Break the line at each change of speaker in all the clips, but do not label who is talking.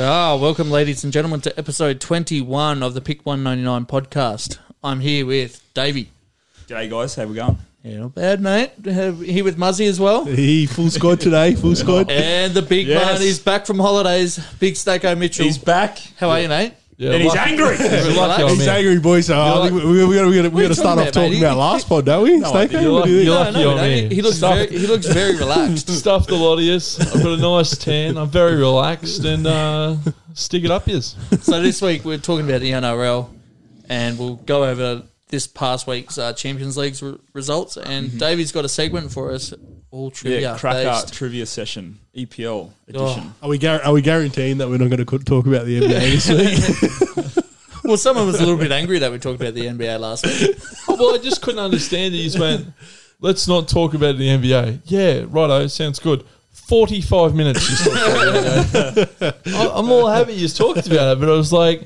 Ah, welcome, ladies and gentlemen, to episode 21 of the Pick 199 podcast. I'm here with Davey.
G'day guys, how we going?
Yeah, not bad, mate. Have- Here with Muzzy as well.
He full squad today, full squad.
And the big
Yes.
man is back from holidays, Big Stacko Mitchell.
He's back
How are you, mate?
Yeah,
and he's
lucky-
angry.
You're lucky,
Oh,
old
He's
man.
angry, boys. So I
like-
think we, we, we gotta, we gotta, we
are you
gotta start
talking
off
about,
talking
mate?
about last pod, don't we? Steak,
think-
eh? What do you
You're
think?
like-
no,
lucky
no,
I'm
no,
here.
He, he looks
Stop
very, he looks very relaxed.
Stuffed a lot of yes. I've got a nice tan. I'm very relaxed and uh, stick it up yes.
so this week we're talking about the NRL, and we'll go over this past week's uh, Champions League's re- results. And
Mm-hmm.
Davey's got a segment for us, all trivia
yeah, crack art
based.
trivia session,
Oh.
EPL edition.
Are we, gar- are we guaranteeing that we're not gonna co- talk about the NBA this week?
Well, someone was a little bit angry that we talked about the NBA last week.
Oh, well, I just couldn't understand it. He just went, let's not talk about the NBA. Yeah, righto, sounds good. 45 minutes. Just talked about the NBA. I- I'm all happy you talked about it, but I was like,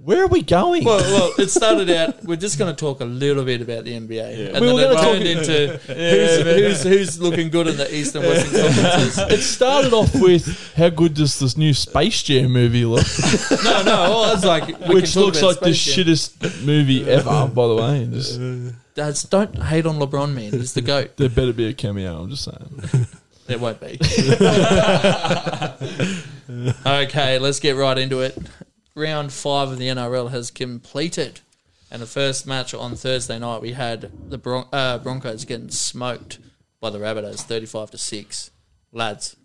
where are we going?
Well, well, it started out. We're just going to talk a little bit about the NBA, and
We
then
were
it
gonna
turned into who's, who's who's looking good in the East and Western conferences.
it started off with how good does this new Space Jam movie look?
No, no, well, it's like we can
Which
talk
looks
about
like the
Space Jam.
shittest movie ever, by the way. and Just,
That's, don't hate on LeBron, man. He's the goat.
there better be a cameo, I'm just saying.
There won't be. okay, let's get right into it. Round five of the NRL has completed, and the first match on Thursday night we had the Bron- uh, Broncos getting smoked by the Rabbitohs, thirty-five to six. Lads,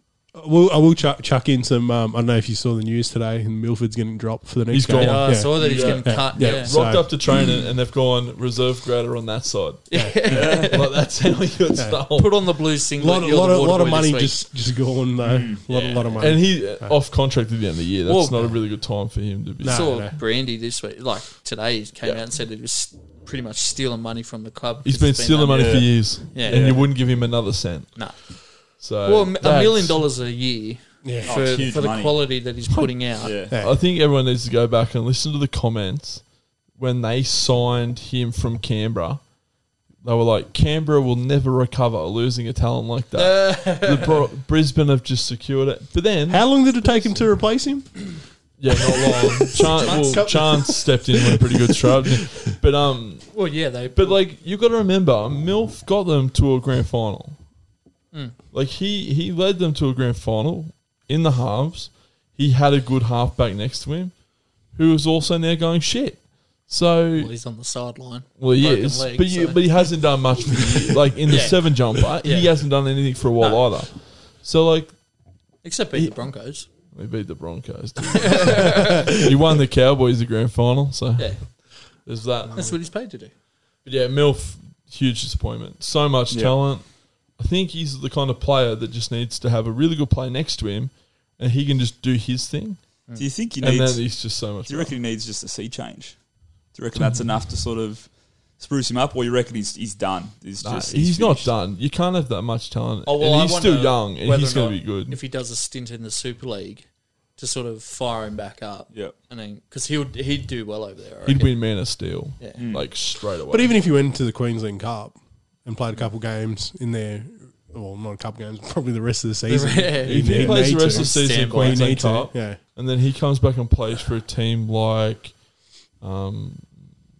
Well, I will chuck, chuck in some. Um, I don't know if you saw the news today, and Milford's getting dropped for the next
He's
game.
gone.
yeah,
Yeah,
I saw that he's
Yeah.
getting cut.
Yeah.
Yeah,
So-
rocked up to training and they've gone reserve grader on that side.
yeah.
like that's how he got stolen.
put on the blue
A lot,
singlet.
of-
you're
lot
the
of,
water
lot of
boy this
money
week.
just, just gone though. lot, lot of money.
And he uh, off contract at the end of the year. That's
Well-
not a really good time for him to be.
Nah.
saw
no.
Brandy this week. Like today, he came out and said he was pretty much stealing money from the club.
He's been stealing money for
Yeah.
years,
Yeah.
and
Yeah.
you wouldn't give him another cent.
No.
So
Well, a million
that's-
dollars a year
yeah.
for,
Oh, it's huge
for the
money.
quality that he's putting out.
Yeah.
Yeah.
I think everyone needs to go back and listen to the comments when they signed him from Canberra. They were like, Canberra will never recover losing a talent like that. the Bro- Brisbane have just secured it, but then
How long did it take him to replace him?
Yeah, not long. Chance, well,
Couple-
Chance stepped in with a pretty good stroke, but um,
Well, yeah, they.
but like you got to remember, Milf got them to a grand final.
Hmm.
Like he he led them to a grand final in the halves. He had a good halfback next to him, who was also now going shit. So
well, he's on the sideline.
well, he
Broken
is,
leg,
but, you,
so-
but he hasn't done much. For the year. Like in the
Yeah.
seven jumper, he
Yeah.
hasn't done anything for a while
No.
either. So like
except beat the Broncos.
we beat the Broncos. didn't we? he won the Cowboys the grand final, so
Yeah,
there's that.
that's what he's paid to do.
But yeah, Milf, huge disappointment. So much
Yeah.
talent. I think he's the kind of player that just needs to have a really good player next to him, and he can just do his thing.
Do you think he
Mm. And then
needs? Do
he's just so much.
you
better.
reckon he needs just a sea change? Do you reckon that's enough to sort of spruce him up, or you reckon he's he's done? He's
Nah,
just
he's not
finished?
done. You can't have that much talent.
Oh well,
and
I
he's
wonder
still young, and
whether
he's
or
going to
not
be good.
If he does a stint in the Super League to sort of fire him back up,
Yep.
and then because he would he'd do well over there. I
He'd
reckon.
win Man of Steel,
Yeah.
like straight away.
But even if you went to the Queensland Cup and played a couple games in there, well, not a couple games, probably the rest of the season.
Yeah.
you
If he
need-
plays
need
the rest
to.
of the season in
Standby.
You need
Queensland
to,
Cup,
yeah.
and then he comes back and plays for a team like um,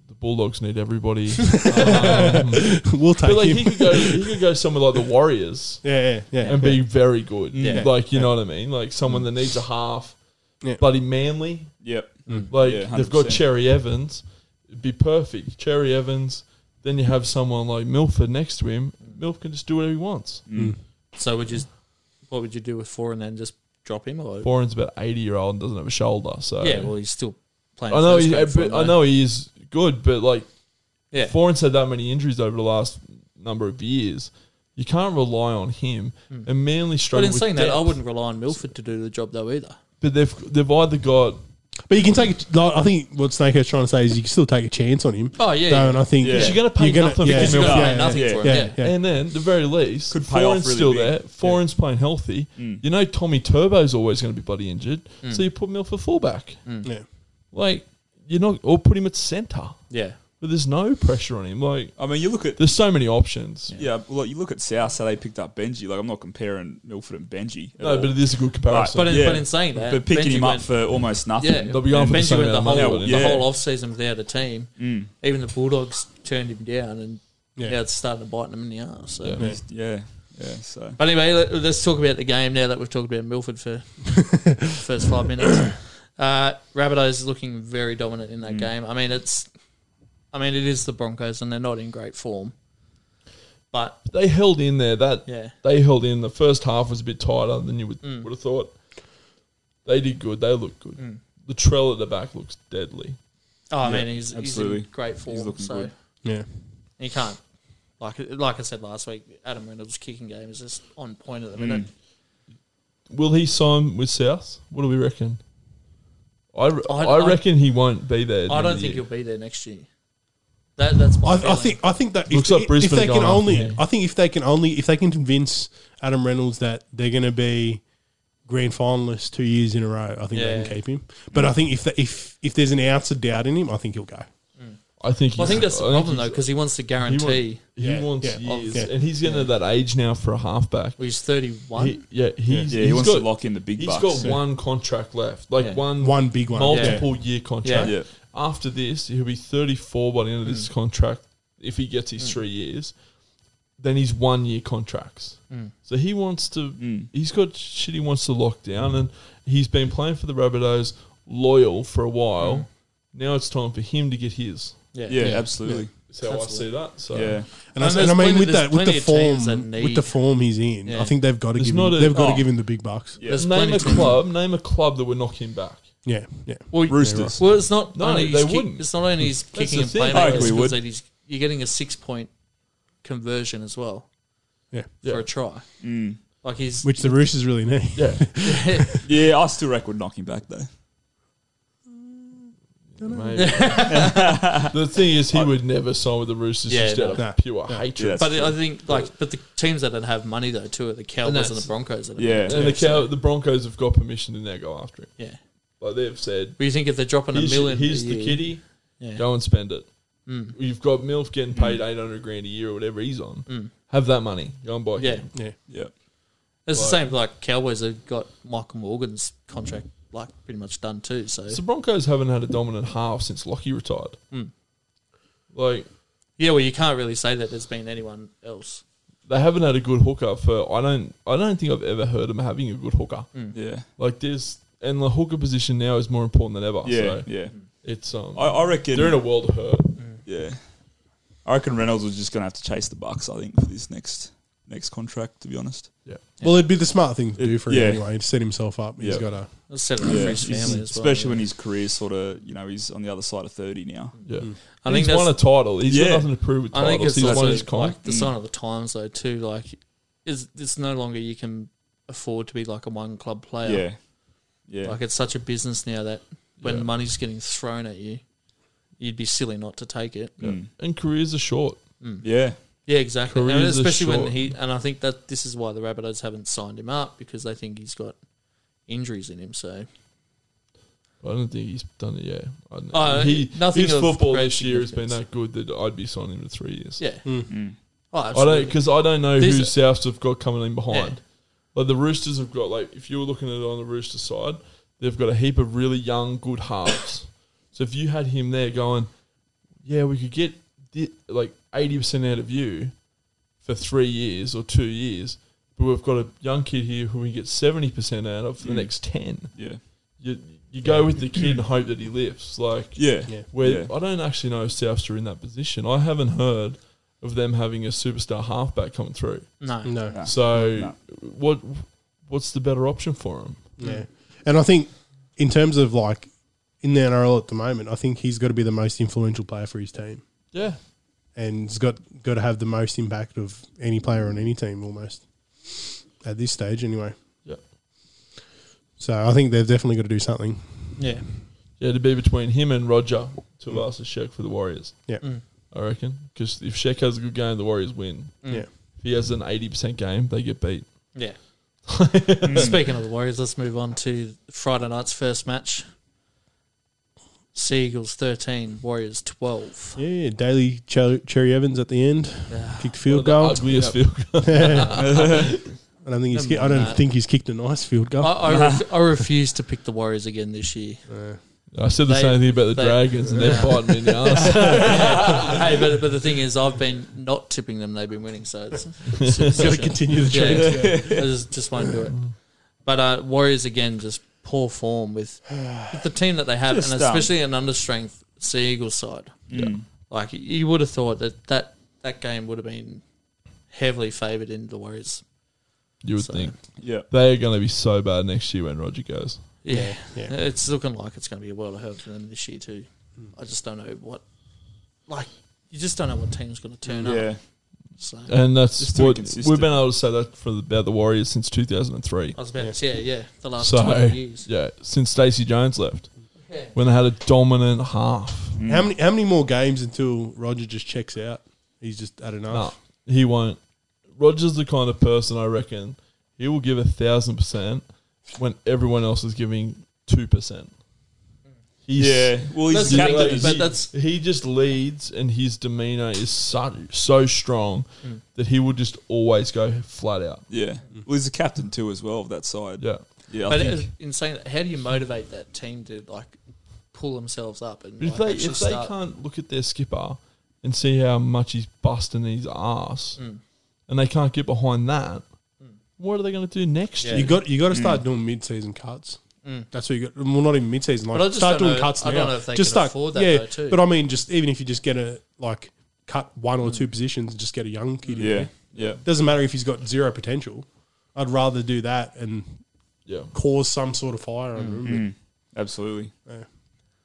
the Bulldogs need everybody. Um,
we'll take
but like
him.
he could go, he could go somewhere like the Warriors
yeah, yeah, yeah.
and
yeah.
be very good.
Yeah.
Like you know what I mean? Like someone that needs a half,
Yeah.
bloody manly.
Yep.
Like
Yeah,
they've got
100%.
Cherry Evans, it'd be perfect. Cherry Evans. Then you have someone like Milford next to him. Milf can just do whatever he wants.
Mm.
So would you? What would you do with four and then just drop him? Or
Boren's about eighty year old and doesn't have a shoulder. So
yeah, well he's still playing.
uh, I know,
first
he, uh,
grade for
but
him,
I
though.
know he is good, but like
Yeah.
Foreign's had that many injuries over the last number of years. You can't rely on him. And Manly
Hmm. But
struggle.
in
with
saying that, I
depth.
wouldn't rely on Milford to do the job though either.
But they've they've either got
But you can take. it- Like, I think what Snakehead's trying to say is you can still take a chance on him.
Oh, yeah,
Though,
yeah.
and I think
Yeah. Because
you're gonna pay nothing
yeah,
for
yeah,
him.
He's got to
yeah,
pay nothing
yeah,
for him.
yeah,
Yeah.
yeah.
and then the very least
Could pay off
Foreign's
really
still
big. Mm.
there. Foreign's playing healthy. You know Tommy Turbo's always going to be bloody injured.
Mm.
So you put Milford fullback.
yeah.
Like you're not, or put him at centre.
yeah.
but there's no pressure on him. Like
I mean, you look at
there's so many options.
yeah, look, you look at South how they picked up Benji. Like I'm not comparing Milford and Benji. at
No,
all.
but it is a good comparison.
Right,
But in,
Yeah.
but in saying that,
But
Benji
picking him up
went-
for almost nothing.
yeah,
They'll be going for the
Benji
same
went the
amount of
whole
money, Mm.
the
yeah.
whole off season without a team. Even the Bulldogs turned him down, and
Yeah.
now it's starting to bite him in the arse. So.
Yeah.
He's- yeah, yeah. So
But anyway, let, us talk about the game now that we've talked about Milford for the first five minutes. Uh, Rabbitohs is looking very dominant in that game. I mean, it's, I mean, it is the Broncos, and they're not in great form. But
they held in there. That
Yeah.
they held in. The first half was a bit tighter than you would
Mm.
would have thought. They did good. They looked good. The trail at the back looks deadly.
oh, I
Yeah,
mean, he's, he's
absolutely.
in great form,
looking
so
good.
Yeah.
he can't. Like, like I said last week, Adam Reynolds' kicking game is just on point at the minute.
Will he sign with South? What do we reckon? I, re-
I-
I,
I-
reckon he won't be there. at the
I
end
don't
of the
think
year.
he'll be there next year. That, that's my
I, I
feeling.
think I think that if,
Looks like
if
Brisbane
they can
going up,
only,
yeah.
I think if they can only, if they can convince Adam Reynolds that they're going to be grand finalists two years in a row, I think
Yeah.
they can keep him. But I think if the, if if there's an ounce of doubt in him, I think he'll go.
I think.
Well, I
he's-
think that's the problem though,
he's-
because he wants to
he
guarantee.
wa- he,
Yeah,
wants
yeah,
years,
yeah.
and he's getting to that age now for a halfback.
well, he's thirty-one.
He, yeah, he's,
Yeah, he
he's
wants
got,
to lock in the big
He's
bucks.
got
Yeah.
one contract left, like
Yeah.
one
One big one.
multiple year contract.
Yeah. Yeah.
After this, he'll be 34 by the end of
Mm.
this contract if he gets his three years. Then he's one year contracts.
Mm.
So he wants to, he's got shit he wants to lock down, and he's been playing for the Rabbitohs loyal for a while.
Mm.
Now it's time for him to get his.
Yeah, um,
Yeah, absolutely.
That's how I see that. So
Yeah.
And, I,
And
and I
there's
mean,
plenty-
with
there's
that, with
plenty
the
of teams
form,
that
with the
need-
form he's in,
Yeah.
I think they've got to
There's
give
not
him,
a-
they've got
oh.
to give him the big bucks. Yeah,
There's
name
plenty
a
of teams-
club, name a club that would knock him back.
yeah, yeah.
Well,
Roosters.
Well, it's not
No,
only
they
he's kick-
wouldn't.
it's not only he's kicking
the
and
thing.
playing.
I
like
agree,
this,
would.
it's that he's- you're getting a six-point conversion as well for
Yeah.
a try.
Mm.
Like he's
Which the Roosters really need.
Yeah.
Yeah, I still reckon would knock him back though.
Maybe. the thing is, he would never sign with the Roosters
Yeah,
just
no.
out of
Nah.
pure hatred.
Yeah, that's
but
true.
I think like but the teams that don't have money though too are the Cowboys and, the
that's-
Broncos. That are-
Yeah.
and the, Cow- the Broncos have got permission to now go after him.
yeah.
Like they've said,
But you think if they're dropping
here's,
a million,
here's
a
the
year-
kitty,
Yeah. Mm.
go and spend it. You've got Milf getting paid 800 grand a year or whatever he's on. Have that money. Go and buy
Mm. Yeah,
him.
Yeah.
Yeah.
it's the same. Like Cowboys have got Michael Morgan's contract like pretty much done too. So
So Broncos haven't had a dominant half since Lockie retired.
Mm.
Like,
yeah, well you can't really say that there's been anyone else.
they haven't had a good hooker for I don't I don't think I've ever heard them having a good hooker.
Mm. Hmm.
Yeah.
Like there's and the hooker position now is more important than ever.
Yeah.
so
yeah.
Hmm.
it's um
I, I reckon
they're in a world of hurt.
Mm.
Yeah. I reckon Reynolds was just gonna have to chase the bucks, I think, for this next next contract, to be honest.
Yeah.
Well, it'd be the smart thing to
It-
do for him
yeah.
anyway. To set himself up, he's
Yeah.
got to.
It's set it up for his
He's-
family as well.
especially
yeah.
when his career sort of, you know, he's on the other side of thirty now.
Yeah.
Mm. I think
he's won a
that's-
title. He's
Yeah.
got nothing to prove with
I think
titles.
it's
He's won
also
his con.
like the sign of the times, though. Too like, is it's no longer you can afford to be like a one club player.
Yeah. Yeah.
Like it's such a business now that when
Yeah.
money's getting thrown at you, you'd be silly not to take it.
Yeah.
Hmm.
And careers are short.
yeah.
Yeah, exactly. And
Careers are
especially when
short.
he and I think that this is why the Rabbitohs haven't signed him up because they think he's got injuries in him. So
I don't think he's done it yet. I don't know.
Oh,
he,
nothing
his
of
football
great
this year has been
significance.
that good that I'd be signing him for three years.
yeah,
hmm.
Hmm.
oh,
I don't
absolutely.
because I don't know
These
who
are-
Souths have got coming in behind. Like the Roosters have got like if you were looking at it on the Rooster side, they've got a heap of really young good halves. so if you had him there going, yeah, we could get thi- like eighty percent out of you for three years or two years, but we've got a young kid here who we get seventy percent out of for
Mm.
the next ten.
Yeah.
You you go with the kid and hope that he lifts. Like
Yeah.
Yeah.
where
Yeah.
I don't actually know if Souths are in that position. I haven't heard of them having a superstar halfback come through.
no.
No.
Nah.
So
No.
what what's the better option for him?
Yeah. And I think in terms of like in the NRL at the moment, I think he's got to be the most influential player for his team.
Yeah,
And he's got got to have the most impact of any player on any team almost. At this stage anyway.
yeah,
So I think they've definitely got to do something.
yeah,
yeah. To be between him and Roger to
Mm.
last a Sheck for the Warriors,
Yeah.
Mm.
I reckon. Because if Sheck has a good game, the Warriors win.
Yeah.
If he has an eighty percent game, they get beat.
Mm. yeah.
Mm.
Speaking of the Warriors, let's move on to Friday night's first match. Seagulls 13, Warriors 12.
Yeah, Daly Cher- Cherry Evans at the end
Ah,
kicked
One
field
of the
goal.
Ugliest field goal.
I don't think he's.
Never
I don't
mind. Oh,
think he's kicked a nice field
I,
goal.
I, ref- I refuse to pick the Warriors again this year.
Uh,
I said the
They-
same thing about the
they-
Dragons, and they're biting me in the ass.
hey, but, but the thing is, I've been not tipping them; they've been winning, so it's, it's
Got to continue the
Yeah,
trend.
I just, just won't do it. But uh, Warriors again, just poor form with, with the team that they have,
Just,
and
um,
especially an understrength Sea Eagles side.
Mm.
Like y- you would have thought that that, that game would have been heavily favoured in the Warriors.
You would
So,
think
Yeah.
they are going to be so bad next year when Roger goes.
Yeah,
Yeah.
it's looking like it's going to be a world of hurt for them this year too. I just don't know what, like, you just don't know what team's going to turn up.
Yeah.
So.
And that's
Just to be
what
consistent.
we've been able to say that for the, about the Warriors since 2003.
I was about to say, yeah, yeah, the last
So-
12 years.
Yeah, since Stacey Jones left,
Yeah.
when they had a dominant half.
How many? How many more games until Roger just checks out? He's just had enough.
No, he won't. Roger's the kind of person I reckon he will give a thousand percent when everyone else is giving two percent. He's
Yeah. Well,
That's
he's the
the thing,
captain.
but
isn't he?
that's-
he just leads, and his demeanor is so so strong
Mm.
that he will just always go flat out.
Yeah. Well, he's the captain too as well of that side.
Yeah,
Yeah. I
But
think-
it- in saying that, how do you motivate that team to like pull themselves up and
but if
like,
they
actually
if they
start?
can't look at their skipper and see how much he's busting his ass,
Mm.
and they can't get behind that, what are they going to do next
Yeah.
year?
You got. You got to
Mm.
start doing mid-season cuts.
Mm.
That's what you got. Well, not even mid-season. Like
But I just
start
don't
doing
know-
cuts now.
I don't know if they
just
can
start,
afford that
yeah,
though, too.
But I mean, just even if you just get a like cut one or
Mm.
two positions, and just get a young kid. in
yeah.
there.
Yeah.
doesn't matter if he's got zero potential. I'd rather do that and
Yeah,
cause some sort of fire under him.
Mm. Absolutely.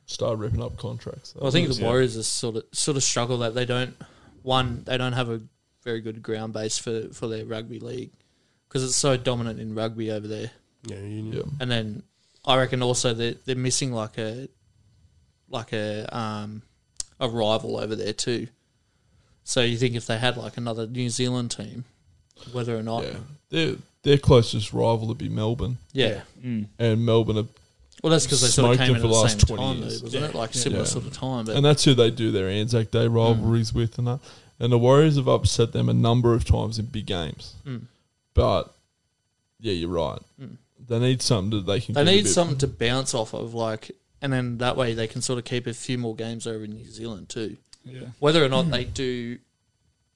start ripping up contracts.
Well, I think the
Yeah.
Warriors are sort of sort of struggle that they don't one they don't have a very good ground base for for their rugby league because it's so dominant in rugby over there.
Yeah, you
yeah.
And then I reckon also they're, they're missing like a like a um, a rival over there too. So you think if they had like another New Zealand team, whether or not,
Yeah, their their closest rival would be Melbourne,
yeah.
Mm.
and Melbourne, are,
Well, that's because they sort of
Smoked
came
them
in
for
at
the
the
last
same
20
time, though,
years.
wasn't it? Like similar
Yeah.
sort of time. But
and that's who they do their Anzac
Mm.
Day rivalries with, and that. And the Warriors have upset them a number of times in big games.
Mm.
But yeah, you're right.
Mm.
They need something that they can.
they
get a
need
bit-
something to bounce off of, like, and then that way they can sort of keep a few more games over in New Zealand too.
Yeah.
Whether or not they do,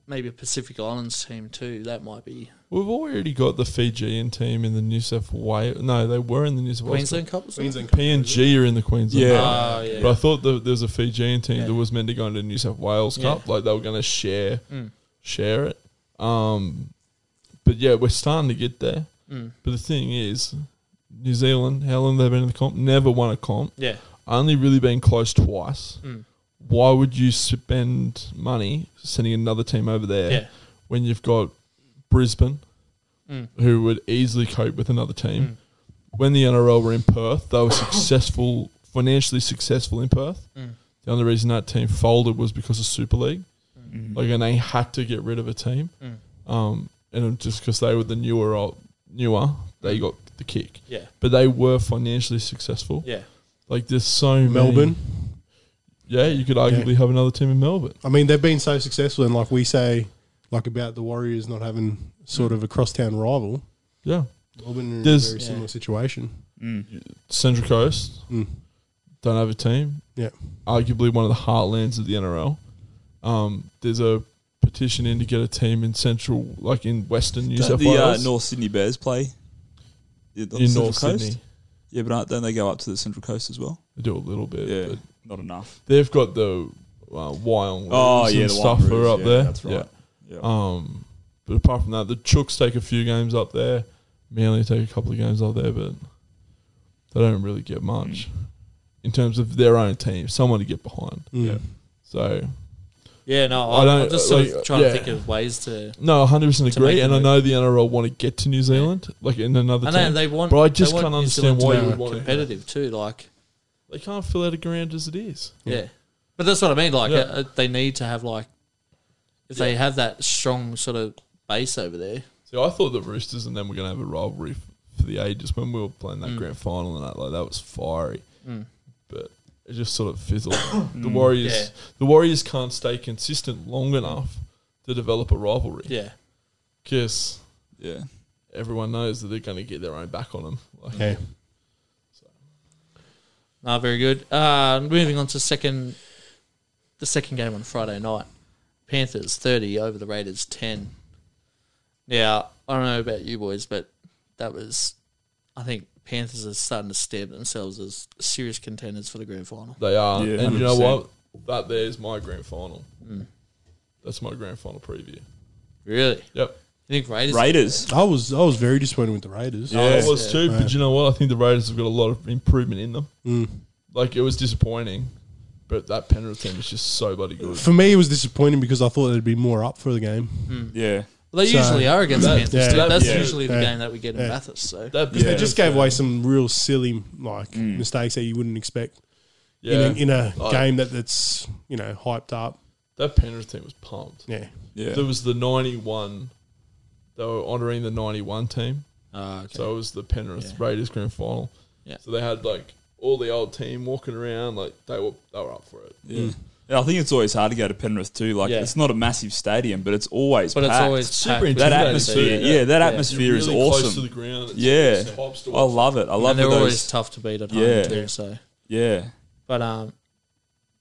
maybe a Pacific Islands team too. That might be
We've already got the Fijian team in the New South Wales. No, they were in the New South Wales.
Queensland Cup. Or something?
Queensland
PNG are in the Queensland.
Yeah.
Cup.
Ah, yeah.
But I thought the, there was a Fijian team
Yeah.
that was meant to go into the New South Wales
Yeah.
Cup, like they were going to share
Mm.
share it. Um, but yeah, we're starting to get there.
Mm.
But the thing is, New Zealand, how long have they been in the comp? Never won a comp.
Yeah.
Only really been close twice.
Mm.
Why would you spend money sending another team over there
Yeah.
when you've got Brisbane,
Mm.
who would easily cope with another team? When the NRL were in Perth, they were successful, financially successful in Perth.
Mm.
The only reason that team folded was because of Super League.
Mm.
Like, and they had to get rid of a team,
Mm.
um, and just because they were the newer, old- newer, they got the kick.
Yeah.
But they were financially successful.
Yeah.
Like, there's so many-
Melbourne.
Yeah, you could arguably have another team in Melbourne.
I mean, they've been so successful, and like we say, like about the Warriors not having sort of a crosstown rival.
Yeah,
Melbourne are in
There's-
a very
Yeah.
similar situation.
Mm.
Central Coast
Mm.
don't have a team.
Yeah.
arguably one of the heartlands of the NRL. Um, there's a petition in to get a team in Central, like in Western New
Don't
South
the
Wales,
Uh, North Sydney Bears play in
in North Sydney.
Yeah, but aren't, don't they go up to the Central Coast as well?
They do a little bit.
Yeah,
but
not enough.
they've got the uh, wild
Oh yeah,
and
the
stuff
Wanderers,
are up
yeah,
there.
That's right. Yeah.
Um, but apart from that, the Chooks take a few games up there. Manly take a couple of games up there, but they don't really get much
Hmm.
in terms of their own team. Someone to get behind.
Mm.
Yeah. So
Yeah, no,
I
I
don't-
am just sort
like,
of trying
yeah.
to think of ways to.
no, hundred percent
To make
agree.
the
And I
move.
know the NRL want to get to New Zealand, like in another
And
team.
then they want,
But I
they
just
want
can't
New
understand
Zealand
why
to
you
be
would want it.
competitive too. Like,
They can't fill out a grand as it is.
Yeah. But that's what I mean. Like,
Yeah.
uh, they need to have, like, if they have that strong sort of base over there.
So I thought the Roosters and them were going to have a rivalry Mm. f- for the ages when we were playing that grand final and that. Like that was fiery,
Mm.
but it it just sort of fizzled. the Warriors, the Warriors can't stay consistent long enough to develop a rivalry.
Yeah.
Kiss.
Yeah.
Everyone knows that they're going to get their own back on them. Like,
Yeah.
No, very good. Uh, moving on to second, the second game on Friday night, Panthers thirty over the Raiders ten. Now I don't know about you boys, but that was, I think Panthers are starting to stab themselves as serious contenders for the grand final.
They are,
Yeah,
and you know
100%.
what? That there's my grand final. That's my grand final preview.
Really,
Yep.
you think Raiders?
Raiders.
I was I was very disappointed with the Raiders.
Yeah.
Yeah. Mm.
It was too, but you know what? I think the Raiders have got a lot of improvement in them. Like it was disappointing, but that Penrith team is just so bloody good.
For me, it was disappointing because I thought they'd be more up for the game.
Yeah.
Well, they
So-
usually are against
That-
Panthers.
yeah.
too. That's
Yeah.
usually the
Yeah.
game that we get in
Yeah.
Bathurst. So
That
Yeah.
They
Penrith
just gave away some real silly like mistakes that you wouldn't expect
yeah,
in a, in a
Oh.
game that, that's you know hyped up.
that Penrith team was pumped.
Yeah,
Yeah.
There was the ninety-one. They were honouring the ninety-one team,
Ah, okay.
so it was the Penrith Raiders grand final.
Yeah.
So they had like all the old team walking around, like they were they were up for it.
Yeah. And I think it's always hard to go to Penrith too. Like
Yeah.
it's not a massive stadium, but it's always
but it's
packed.
always
Super
packed.
intense.
that
intimidating
atmosphere.
too.
Yeah, that
Yeah.
atmosphere
You're
is
really Close to
awesome.
the ground. It's,
yeah,
it's pops to
I
watch.
love it. I love
and they're
that
always
those.
tough to beat at home
Yeah.
too. So
yeah,
But um,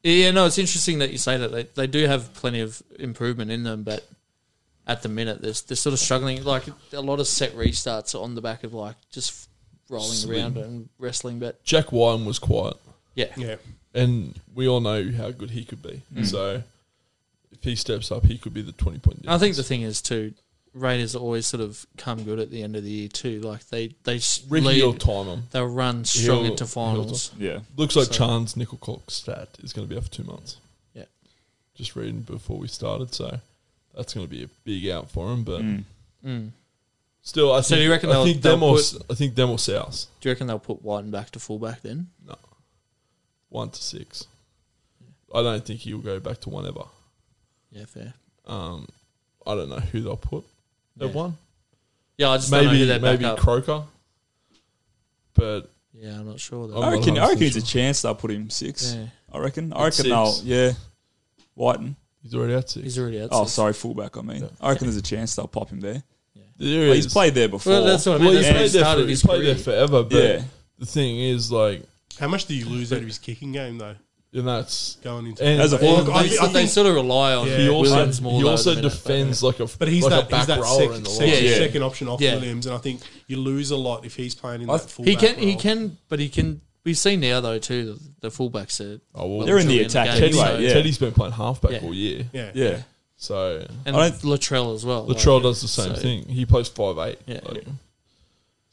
yeah, no, it's interesting that you say that they, they do have plenty of improvement in them, but at the minute they're they're sort of struggling. Like a lot of set restarts are on the back of like just rolling around and wrestling. But
Jack Wyam was quiet.
yeah,
yeah.
and we all know how good he could be. So if he steps up, he could be the twenty point.
I think the thing is too, Raiders always sort of come good at the end of the year too. Like they they s-
Ricky will
lead,
time him.
they'll run strong
He'll-
into
he'll
finals.
yeah,
Looks like
So-
Chan's nickel cock stat is going to be out for two months.
Yeah.
just reading before we started, so that's going to be a big out for him. But
Mm.
Mm.
still, I think
So do you reckon
I
they'll-
think
they'll
them or S- I think them or South
Do you reckon they'll put Whiten back to fullback then?
one to six. I don't think he'll go back to one ever.
Yeah, fair.
Um, I don't know who they'll put at
Yeah.
one.
Yeah, I just don't know
Maybe
who they're
maybe
back up.
Croker, but
yeah, I'm not sure. Though.
I'm
I
not
reckon. I reckon
100%
it's a chance they'll put him six.
Yeah.
I reckon. I
At
reckon
six.
they'll. Yeah, Whiten.
he's already out six.
He's already out.
oh,
six.
sorry, fullback. I mean,
Yeah.
I reckon there's a chance they'll pop him there.
There
Well, he's
is.
played there before.
Well, that's what I mean.
Well, he's
that's where he
played, there, for,
started
he's
his
played
career.
there forever, but
yeah,
the thing is, like,
How much do you lose out of his kicking game though?
and that's.
Going into
And,
As a
and
full-
Well,
I
they,
thi- I
they
think-
sort of rely on
Yeah.
he also,
Williams more.
he
though,
also
at the minute,
defends like a,
But he's
like a
that, he's
back
that
roller
sec-
in the
sec-
line.
Yeah.
second option off
Yeah.
Williams, and I think you lose a lot if he's playing in
I
that
th-
but-
fullback
He can. He
role.
can. But he can. We see now though too. The, the fullbacks are.
Oh, well,
They're in the
doing
attack
game,
Teddy's,
so-
anyway, yeah.
Teddy's been playing halfback
Yeah.
all year.
Yeah,
yeah.
So
And
I don't-
Latrell as well.
Latrell
like,
does the same
so-
thing. He plays five eight.
Yeah.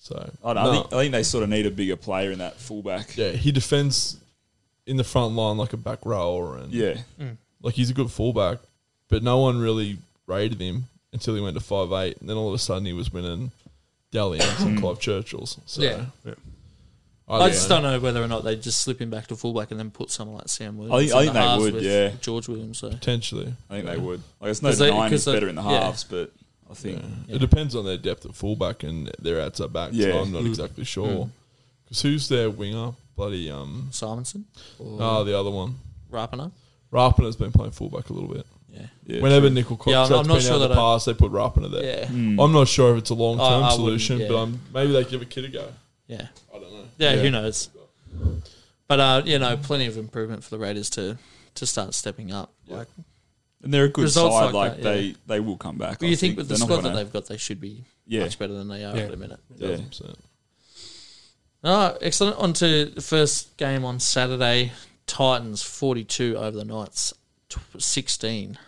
So,
I, don't know.
no.
I, think, I think they sort of need a bigger player in that fullback.
yeah, he defends in the front line like a back rower. And
yeah,
Like he's a good fullback, but no one really rated him until he went to five eight, and then all of a sudden he was winning Dally M's
Hmm.
and Clive Churchill's. So
Yeah.
I,
I just
know.
don't know whether or not they just slip him back to fullback and then put someone like Sam Williams.
I think-
in
I think
the
they
halves
would,
with
yeah.
George Williams. So
potentially.
I think they would. Like, it's no
'Cause they-
denying
'cause
he's
they-
better in the
yeah.
halves, but I think
It depends on their depth at fullback and their outside back. So
Yeah. Hmm.
I'm not
Hmm.
exactly sure. Because who's their winger? Bloody um,
Simonson or
ah, the other one.
Rapana.
Rapana has been playing fullback a little bit.
Yeah.
yeah,
Whenever Nickel
Yeah,
Cox's
I'm- I'm not
been
sure
out of
that
the
I-
past, they put Rapana there.
Yeah.
Hmm.
I'm not sure if it's a long
I
term
wouldn't,
solution, but
yeah.
I'm, maybe they give a kid a go.
Yeah.
I don't know.
Yeah.
Yeah.
Who knows? But uh, you know, plenty of improvement for the Raiders to to start stepping up. Like,
and they're a good side.
Results
Like,
like that,
they,
yeah.
they will come back.
do
I
you think, with the
They're not
squad that
gonna-
they've got, they should be
yeah,
much better than they are
Yeah.
at the minute?
Yeah.
1000%.
No, excellent. On to the first game on Saturday. Titans 42 over the Knights tw- 16.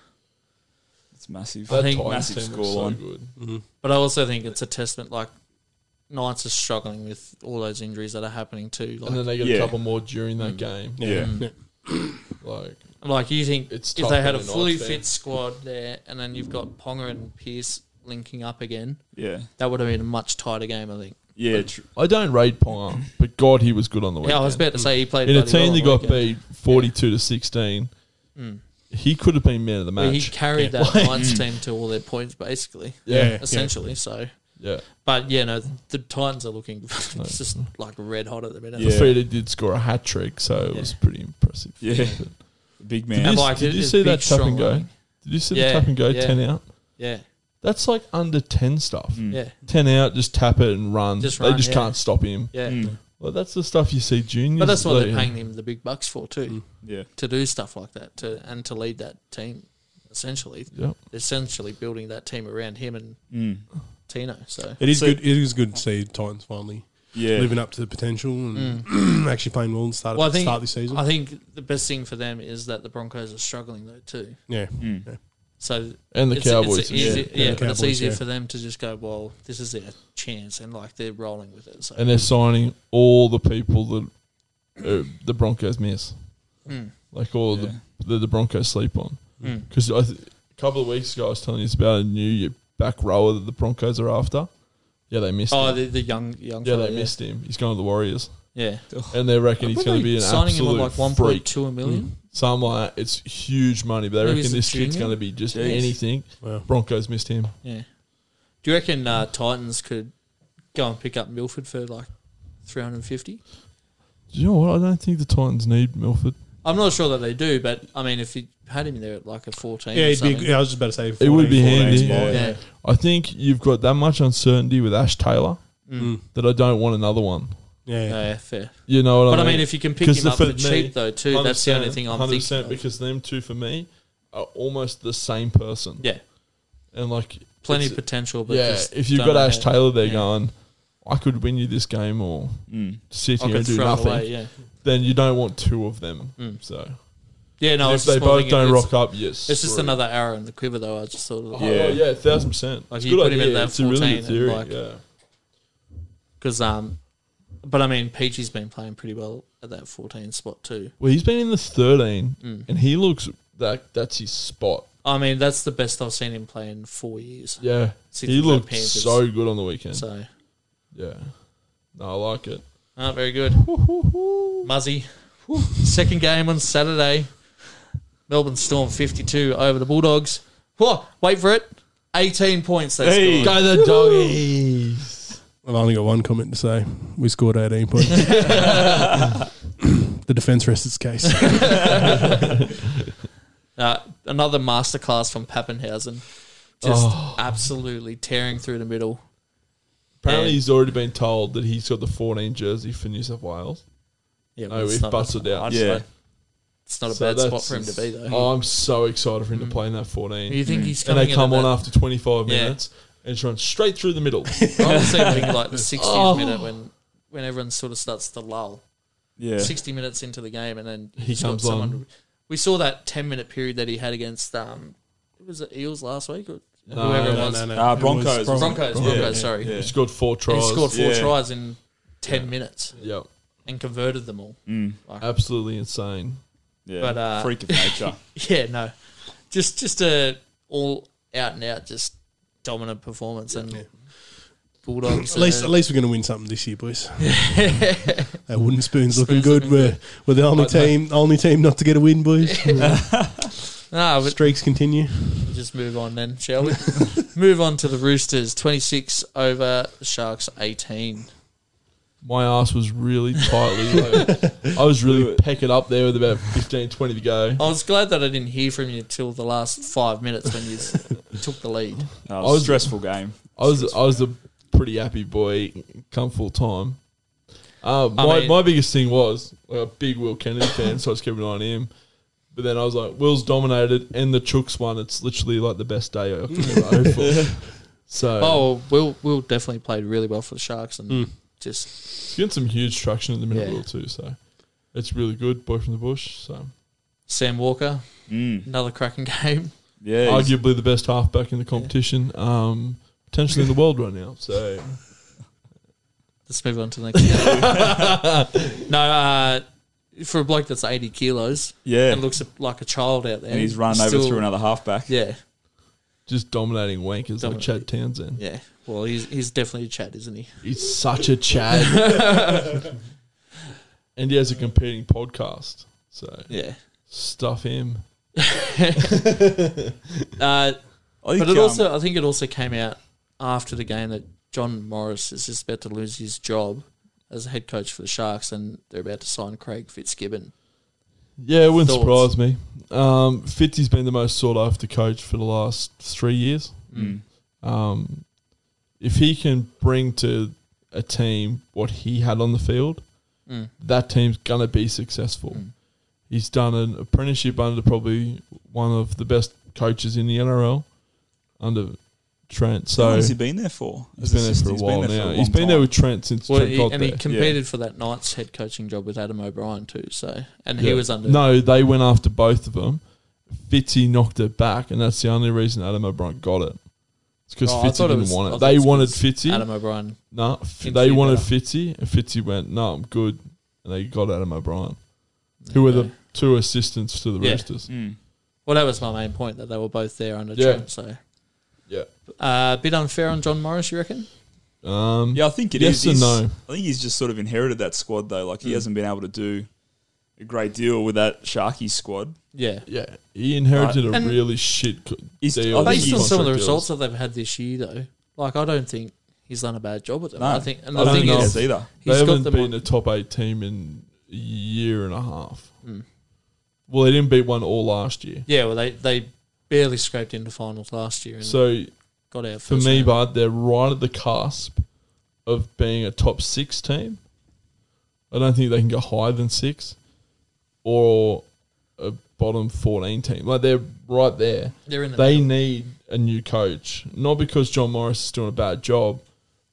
it's massive.
I
That
think-
Titans
Massive
team looks so
scoreline.
good.
But I also think it's a testament, like, Knights are struggling with all those injuries that are happening too.
And then
Like, Mm.
they get
Yeah.
a couple more during that game.
yeah.
Mm.
Like,
like you think
It's
if
tough
they had a
being a
fully
Knights fan.
fit squad there and then you've got Ponga and Pierce linking up again,
Yeah,
that would have been a much tighter game, I think.
yeah, tr-
I don't rate Ponga, but God, he was good on the weekend.
Yeah, I was about to say he played
in a
bloody well
team
on
that
the
got
weekend. Mm.
beat 42 to 16 he could have been man of the
But
match
he carried that Knights team to all their points, basically,
yeah
Yeah.
essentially. So.
yeah,
But yeah, no, the Titans are looking it's just like red hot at the minute.
Yeah.
Fafita did score a hat trick so it was pretty massive.
Yeah. Big man.
Did you,
like,
did
it
you
is
see that
big,
tap
strong
and go?
running.
Did you see
Yeah,
the tap and go
yeah.
ten out?
Yeah,
That's like under ten stuff.
Mm.
yeah,
Ten out, just tap it and run.
Just
they
run,
just
yeah.
can't stop him.
yeah.
Mm.
Well, that's the stuff you see juniors.
But that's what
do.
they're paying him the big bucks for
Mm.
too,
Yeah.
to do stuff like that, to and to lead that team. Essentially,
Yep.
essentially building that team around him and
Mm.
Tino. So
It is
So-
good. It is good to see Titans finally
Yeah.
living up to the potential and actually playing well and start
Well, I think-
start this season.
I think the best thing for them is that the Broncos are struggling though too.
yeah,
Mm.
So
And the
it's,
Cowboys.
it's
yeah.
easy, yeah,
Yeah, the
but it's
Cowboys,
easier
yeah.
for them to just go, well, this is their chance, and like they're rolling with it. So
And they're signing all the people that uh, the Broncos miss,
Mm,
like all
Yeah.
the that the Broncos sleep on.
mm.
Because th- a couple of weeks ago, I was telling you about a new back rower that the Broncos are after. Yeah, they missed.
oh,
him.
the, the young young
yeah,
fella,
they missed him. He's going to the Warriors,
Yeah,
and they reckon he's going to be an
signing him
absolute
on like one
freak.
point two a million.
So I'm like, it's huge money, but they
Maybe he's
reckon
a
this kid's
junior?
going to be just
Jeez.
anything.
well,
Broncos missed him.
Yeah. Do you reckon uh, Titans could go and pick up Milford for like three hundred and fifty?
Do you know what? I don't think the Titans need Milford.
I'm not sure that they do, but I mean, if you had him there at like a fourteen,
yeah,
or
it'd be,
something,
yeah. I was just about to say
It would be
14,
handy.
yeah.
yeah.
Yeah.
I think you've got that much uncertainty with Ash Taylor
Mm.
that I don't want another one.
Yeah,
No, Oh, yeah, fair.
You know what
But
I
I
mean?
mean, if you can pick
'Cause
him
the-
up for
for me,
cheap though, too, that's the only
100%,
thing I'm
100%
thinking. of.
because them two for me are almost the same person.
Yeah,
and like
plenty of
it's-
potential. But
Yeah,
just
if you've
don't
got
know
Ash
how-
Taylor there
yeah.
going, I could win you this game or
Mm.
sit
I
here
could
and do
throw it
nothing.
away. Yeah,
Then you don't want two of them.
Mm.
So
yeah. No, I was
if they
just
both
wondering if
don't
it's-
rock up, yes,
It's just another arrow in the quiver, though. I just thought of
Yeah.
Yeah, yeah, thousand percent.
Like,
It's
you
good
put him in
idea.
that
It's a really
14
good
and,
theory.
like-
yeah.
because um, but I mean, Peachy's been playing pretty well at that 14 spot too.
Well, he's been in the thirteen,
Mm.
and he looks that that's his spot.
I mean, that's the best I've seen him play in four years.
Yeah,
Since
he
was at
looked
Panthers.
so good on the weekend.
So,
Yeah, no, I like it.
ah, very good. Muzzy, second game on Saturday. Melbourne Storm 52 over the Bulldogs. Whoa, wait for it. 18 points they
Hey.
scored.
Go the doggies.
I've only got one comment to say. We scored 18 points. the defence rests its case.
Uh, another masterclass from Pappenhausen. Just
Oh.
absolutely tearing through the middle.
Apparently,
Yeah.
he's already been told that he's got the 14 jersey for New South Wales.
Yeah,
No,
well, it's
we've
not-
busted out.
I just
Yeah.
don't- It's not a
So
bad spot
that's
for him to
just-
be, though.
Oh, I'm so excited for him to play in that 14.
You think he's
and
coming
they come
in at
on after 25
Yeah.
minutes and just run straight through the middle.
that- I'm thinking like the 60th
Oh.
minute when when everyone sort of starts to lull.
Yeah.
60 minutes into the game, and then
He
he's got
comes
someone-
on.
We saw that 10 minute period that he had against um, who was it Eels last week or
No,
whoever it
no,
was.
Ah,
It was
Broncos.
Bron-
Broncos,
Yeah.
Broncos, sorry.
Yeah.
he scored four
And
tries.
he scored four
Yeah.
tries in 10 minutes
Yep.
and converted them all.
Mm.
Absolutely insane.
Yeah.
But, uh,
Freak of nature.
Yeah, no, just just a all out and out, just dominant performance and
Yeah.
Bulldogs.
At least,
uh,
at least we're going to win something this year, boys. That wooden spoon's looking good. We're, we're the only
Like that.
team, only team not to get a win, boys.
no, but
Streaks continue.
We'll just move on then, shall we? move on to the Roosters, 26 over the Sharks, 18.
My ass was really tightly. like, I was really pecking up there with about 15, 20 to go.
I was glad that I didn't hear from you till the last five minutes when you s- took the lead.
That
I
was
was-
a stressful game.
I was I was a pretty happy boy come full time. Uh,
I
my,
mean-
my biggest thing was like, a big Will Kennedy fan, so I was keeping an eye on him. But then I was like, Will's dominated, and the Chooks won. It's literally like the best day I can ever hope for. So
Oh, Will Will definitely played really well for the Sharks and
Mm.
just
it's getting some huge traction at the minute,
Yeah.
Will too. So it's really good, boy from the bush. So
Sam Walker,
Mm.
another cracking game.
Yeah. he's-
arguably the best halfback in the competition, um, potentially in the world right now. So
Let's move on to the next game. no, uh, for a bloke that's 80 kilos
Yeah.
and looks like a child out there.
And he's run over
still-
through another halfback.
Yeah,
just dominating wankers like
Dominate.
Chad Townsend.
yeah. Well, he's, he's definitely a Chad, isn't he?
He's such a Chad. and he has a competing podcast. So
Yeah.
stuff him.
Uh,
I think,
But it
um,
also, I think it also came out after the game that John Morris is just about to lose his job as head coach for the Sharks, and they're about to sign Craig Fitzgibbon.
Yeah, it wouldn't
Thoughts?
surprise me. Um, Fitzy's been the most sought after coach for the last three years.
Mm.
Um, if he can bring to a team what he had on the field,
Mm.
that team's going to be successful.
Mm.
He's done an apprenticeship under probably one of the best coaches in the NRL, under Trent.
So
So
How long has
he's
he been there for? As
been there for a
assistant,
while
for a
now.
long
He's been
time.
there with Trent since
Mm. Well,
Trent
he,
got
and
there.
he competed for that Knights head coaching job with Adam O'Brien too. So, and he
Yeah.
was under.
No, they went after both of them. Fitzy knocked it back, and that's the only reason Adam O'Brien got it. It's because
Oh, I
Fitzy
thought it
didn't
was- I
want it.
thought
They
it was
wanted
'cause
Fitzy.
Adam O'Brien.
no, f-
Fitzy
they wanted
better.
Fitzy, and Fitzy went, no, I'm good. And they got Adam O'Brien, who were the two assistants to the
Yeah.
Roosters.
Mm.
Well, that was my main point that they were both there under
Yeah.
Trent. So,
Yeah.
uh, bit unfair on John Morris, you reckon?
Um,
Yeah, I think it is.
Yes and
He's-
no.
I think he's just sort of inherited that squad though. Like he
Mm.
hasn't been able to do a great deal with that Sharky squad.
Yeah.
yeah. He inherited a
And-
really shit co-
He's- I
deal.
think
Based
he's
on some of the
contract
results
deals.
that they've had this year, though, like I don't think he's done a bad job with them.
No,
I think, and
I
the
don't
thing
know.
is,
Yes, either.
They
he's got
haven't
them
been
on.
a top eight team in a year and a half.
Mm.
Well, they didn't beat one all last year.
yeah, well, they they barely scraped into finals last year and
So
got out
For
first
me,
round.
bud, they're right at the cusp of being a top six team. I don't think they can go higher than six or a bottom 14 team. Like, they're right there.
they're in the
They need a new coach. Not because John Morris is doing a bad job,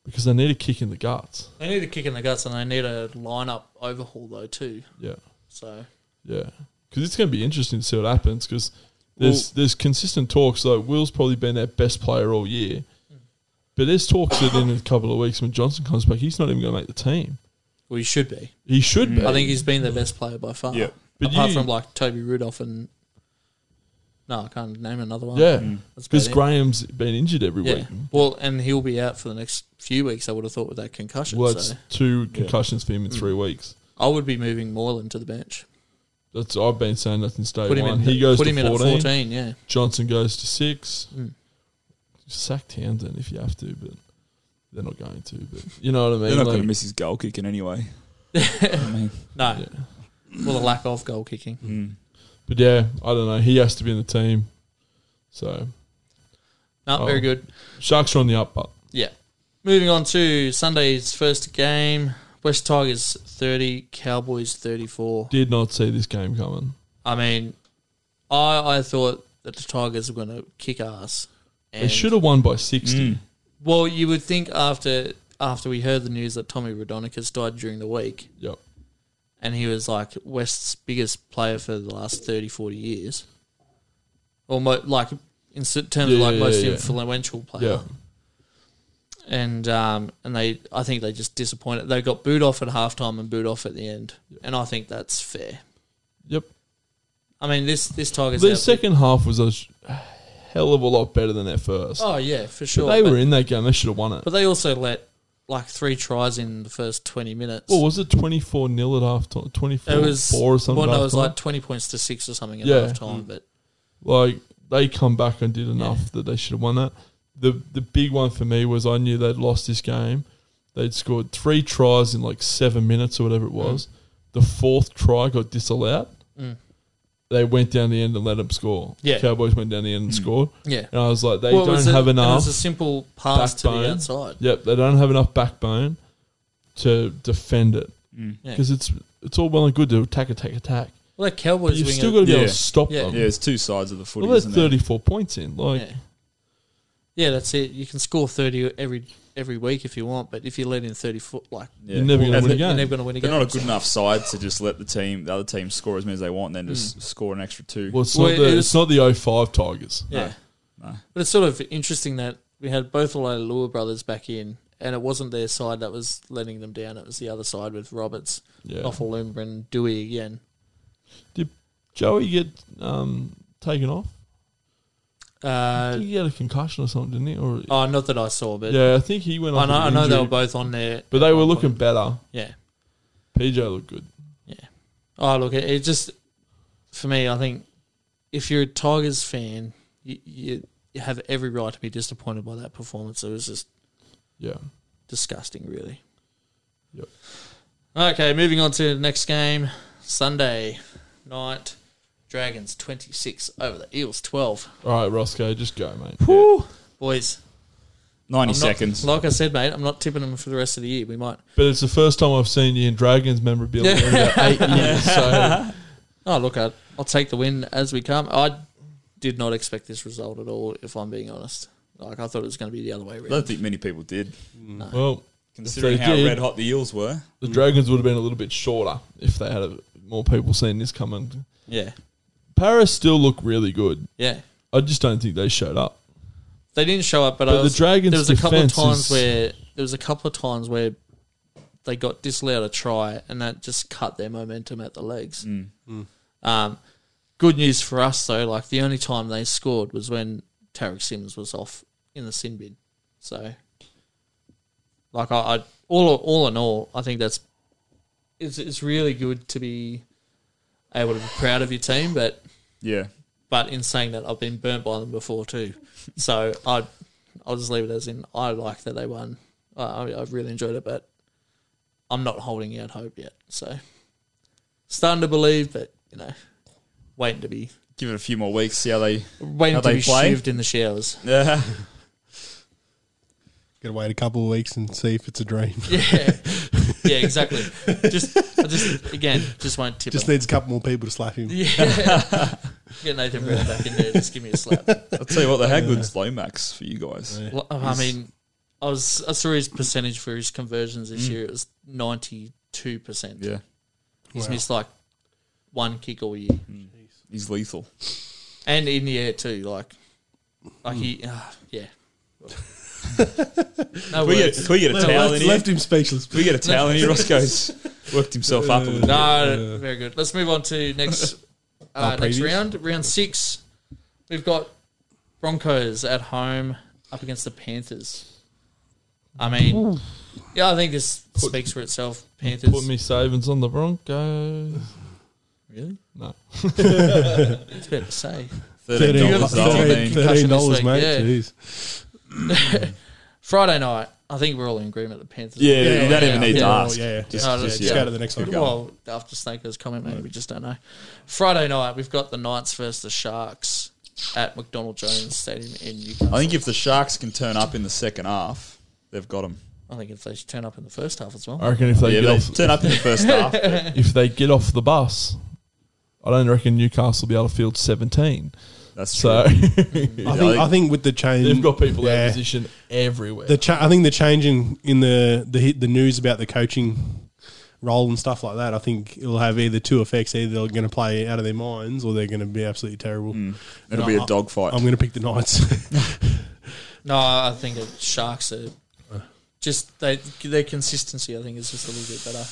because they need a kick in the guts.
They need a kick in the guts and they need a lineup overhaul though too.
Yeah.
So
Yeah. Because it's going to be interesting to see what happens because there's, there's consistent talks. Like, Will's probably been their best player all year.
Hmm.
But there's talks that in a couple of weeks when Johnson comes back, he's not even going to make the team.
well, he should be.
He should be.
I think he's been their best player by far.
Yeah.
But
Hmm. Apart
you-
from like Toby Rudolph and no, I can't name another one.
yeah,
that's
because
about it.
Graham's been injured every
Hmm. Yeah.
week.
Well, and he'll be out for the next few weeks. I would have thought with that concussion.
Well, that's
so
two concussions for him
Hmm.
in three weeks.
I would be moving Moreland to the bench.
That's I've been saying that since day
Put him
one.
in.
he goes
put
to
him in
14,
at fourteen. Yeah.
Johnson goes to six.
Mm.
Sack Townsend if you have to, but they're not going to. But you know what I
They're
mean.
not
Like,
going to miss his goal kicking anyway. Oh, I mean,
No.
Yeah.
Well, the lack of goal kicking.
mm.
but yeah, I don't know. He has to be in the team. So
No,
Oh.
very good.
Sharks are on the up, but
Yeah. Moving on to Sunday's first game. West Tigers 30, Cowboys 34.
did not see this game coming.
I mean, I I thought that the Tigers were going to kick ass. And,
They should have won by sixty.
Mm.
Well, you would think after after we heard the news that Tommy Rodonicus died during the week,
Yep.
and he was like West's biggest player for the last 30, 40 years. Almost like in s- terms of
Yeah,
like
yeah,
most
yeah.
influential player.
Yeah.
and um, and they I think they just disappointed. They got booed off at halftime and booed off at the end, and I think that's fair.
Yep.
I mean this this Tigers
Their
outfit-
second half was a sh- hell of a lot better than their first.
Oh yeah, for sure.
They
but,
were in that game. They should have won it.
but they also let like three tries in the first twenty minutes.
What was it? Twenty four 0 at half time. Twenty four
it was
four or something.
Well, no,
at
it was
halftime?
like twenty points to six or something at
Yeah.
halftime. But
like they come back and did enough that they should have won that. The the big one for me was I knew they'd lost this game. They'd scored three tries in like seven minutes or whatever it
Mm-hmm.
was. The fourth try got disallowed.
Mm.
They went down the end and let them score.
Yeah.
Cowboys went down the end and scored.
yeah,
And I was like, they
Well, it
don't
was a-
have
and It
enough.
was a simple pass to the
backbone.
outside.
Yep, they don't have enough backbone to defend it
Mm.
Yeah.
because it's it's all well and good to attack, attack, attack.
Well, that
But
Cowboys
you've
winger,
still got to be able
Yeah.
to stop
Yeah.
them.
Yeah, it's two sides of the footy,
Well, they're
isn't there?
thirty-four points in. Like,
yeah. yeah, that's it. You can score thirty every every week if you want, but if you let in thirty foot, like
Yeah.
You're never gonna
That's
win
it.
a game.
you're never going to win a
They're
game.
not a good enough side to just let the team, the other team, score as many as they want, and then just score an extra two.
well, it's
Well,
not
it
the
was-
it's not the 05 Tigers.
Yeah.
No, no.
But it's sort of interesting that we had both the Lua brothers back in, and it wasn't their side that was letting them down. It was the other side with Roberts,
Yeah.
off Offalumber, and Dewey again.
Did Joey get um, taken off? I
Uh,
think he had a concussion or something, didn't he? Or
oh, not that I saw, but
yeah, I think he went.
I
off
know,
with
I know they
injury,
were both on there.
but they were looking better.
Yeah.
PJ looked good.
Oh, look, it, it just for me. I think if you're a Tigers fan, you, you you have every right to be disappointed by that performance. It was just
Yeah,
disgusting, really.
Yep.
Okay, moving on to the next game, Sunday. night. Dragons 26 over the Eels 12.
All right, Roscoe, just go, mate.
Boys,
90
I'm not-
seconds.
like I said, mate, I'm not tipping them for the rest of the year. We might.
But it's the first time I've seen you in Dragons memorabilia in about eight years. So
Oh, look, I'll, I'll take the win as we come. I did not expect this result at all, if I'm being honest. Like, I thought it was going to be the other way
I
around.
don't think many people did,
well,
considering
they
how
did-
red hot the eels were.
the Dragons would have been a little bit shorter if they had a, more people seeing this coming.
Yeah.
Paris still look really good.
Yeah.
I just don't think they showed up.
They didn't show up, but,
But
I
the
was,
Dragons'
there was a couple of
defense
times
is-
where there was a couple of times where they got disallowed a try, and that just cut their momentum at the legs.
Mm.
Um, good news for us though, like the only time they scored was when Tarek Sims was off in the sin bin. So, like I, I all all in all, I think that's it's it's really good to be able to be proud of your team, but
Yeah.
but in saying that, I've been burnt by them before too. So I, I'll just leave it as in. I like that they won. I, I- I've really enjoyed it, but I'm not holding out hope yet. So starting to believe, but you know, waiting to be
Give it a few more weeks, see how they.
waiting
How
to
they
be
play?
shoved in the showers.
Yeah.
Gotta wait a couple of weeks and see if it's a dream.
Yeah, yeah, exactly. Just, I just again, just won't tip.
Just
them.
needs a couple more people to slap him.
yeah. Get Nathan Brown back in there. Just give me a slap.
I'll tell you what, they had good slow max for you guys.
Well, I mean, I was I saw his percentage for his conversions this year. It was ninety two percent.
Yeah.
he's
Wow.
missed like one kick all year,
He's lethal.
and in the air too. Like, like he, ah, yeah. no
Can we get,
words.
can we get a
Left,
towel in
left-
here?
left him speechless.
Can we get a towel in here? Roscoe's worked himself up a little bit.
No, very good. Let's move on to next uh,
Our
next
previews?
round, round six. We've got Broncos at home up against the Panthers. I mean, yeah, I think this speaks for itself. Panthers.
Put me savings on the Broncos.
Really?
No.
It's better to say.
$13
dollars,
I mean,
$13. Concussion this
dollars,
week,
mate.
yeah.
Jeez.
Friday night. I think we're all in agreement. The Panthers.
Yeah, you don't
yeah,
even need to
yeah.
Oh,
ask.
yeah, yeah.
Just,
No, that's-
just, yeah.
Let's go to the next one.
Well, after Snaker's comment, mate, we just don't know. Friday night, we've got the Knights versus the Sharks at McDonald Jones Stadium in Newcastle.
I think if the Sharks can turn up in the second half, they've got them.
I think if they should turn up in the first half as well.
I reckon if they
yeah,
get
they
off
turn up in the first half.
if they get off the bus, I don't reckon Newcastle will be able to field seventeen.
That's true.
So
Yeah,
I
I
think,
think-
I think with the change,
they've got people out
Yeah.
of position everywhere.
The cha- I think the change in, in the, the hit- the news about the coaching role and stuff like that. I think it'll have either two effects: either they're going to play out of their minds, or they're going to be absolutely terrible.
Mm. It'll
No,
be a
I-
dogfight.
I'm going to pick the Knights.
No, I think the Sharks are just they their consistency. I think is just a little bit better.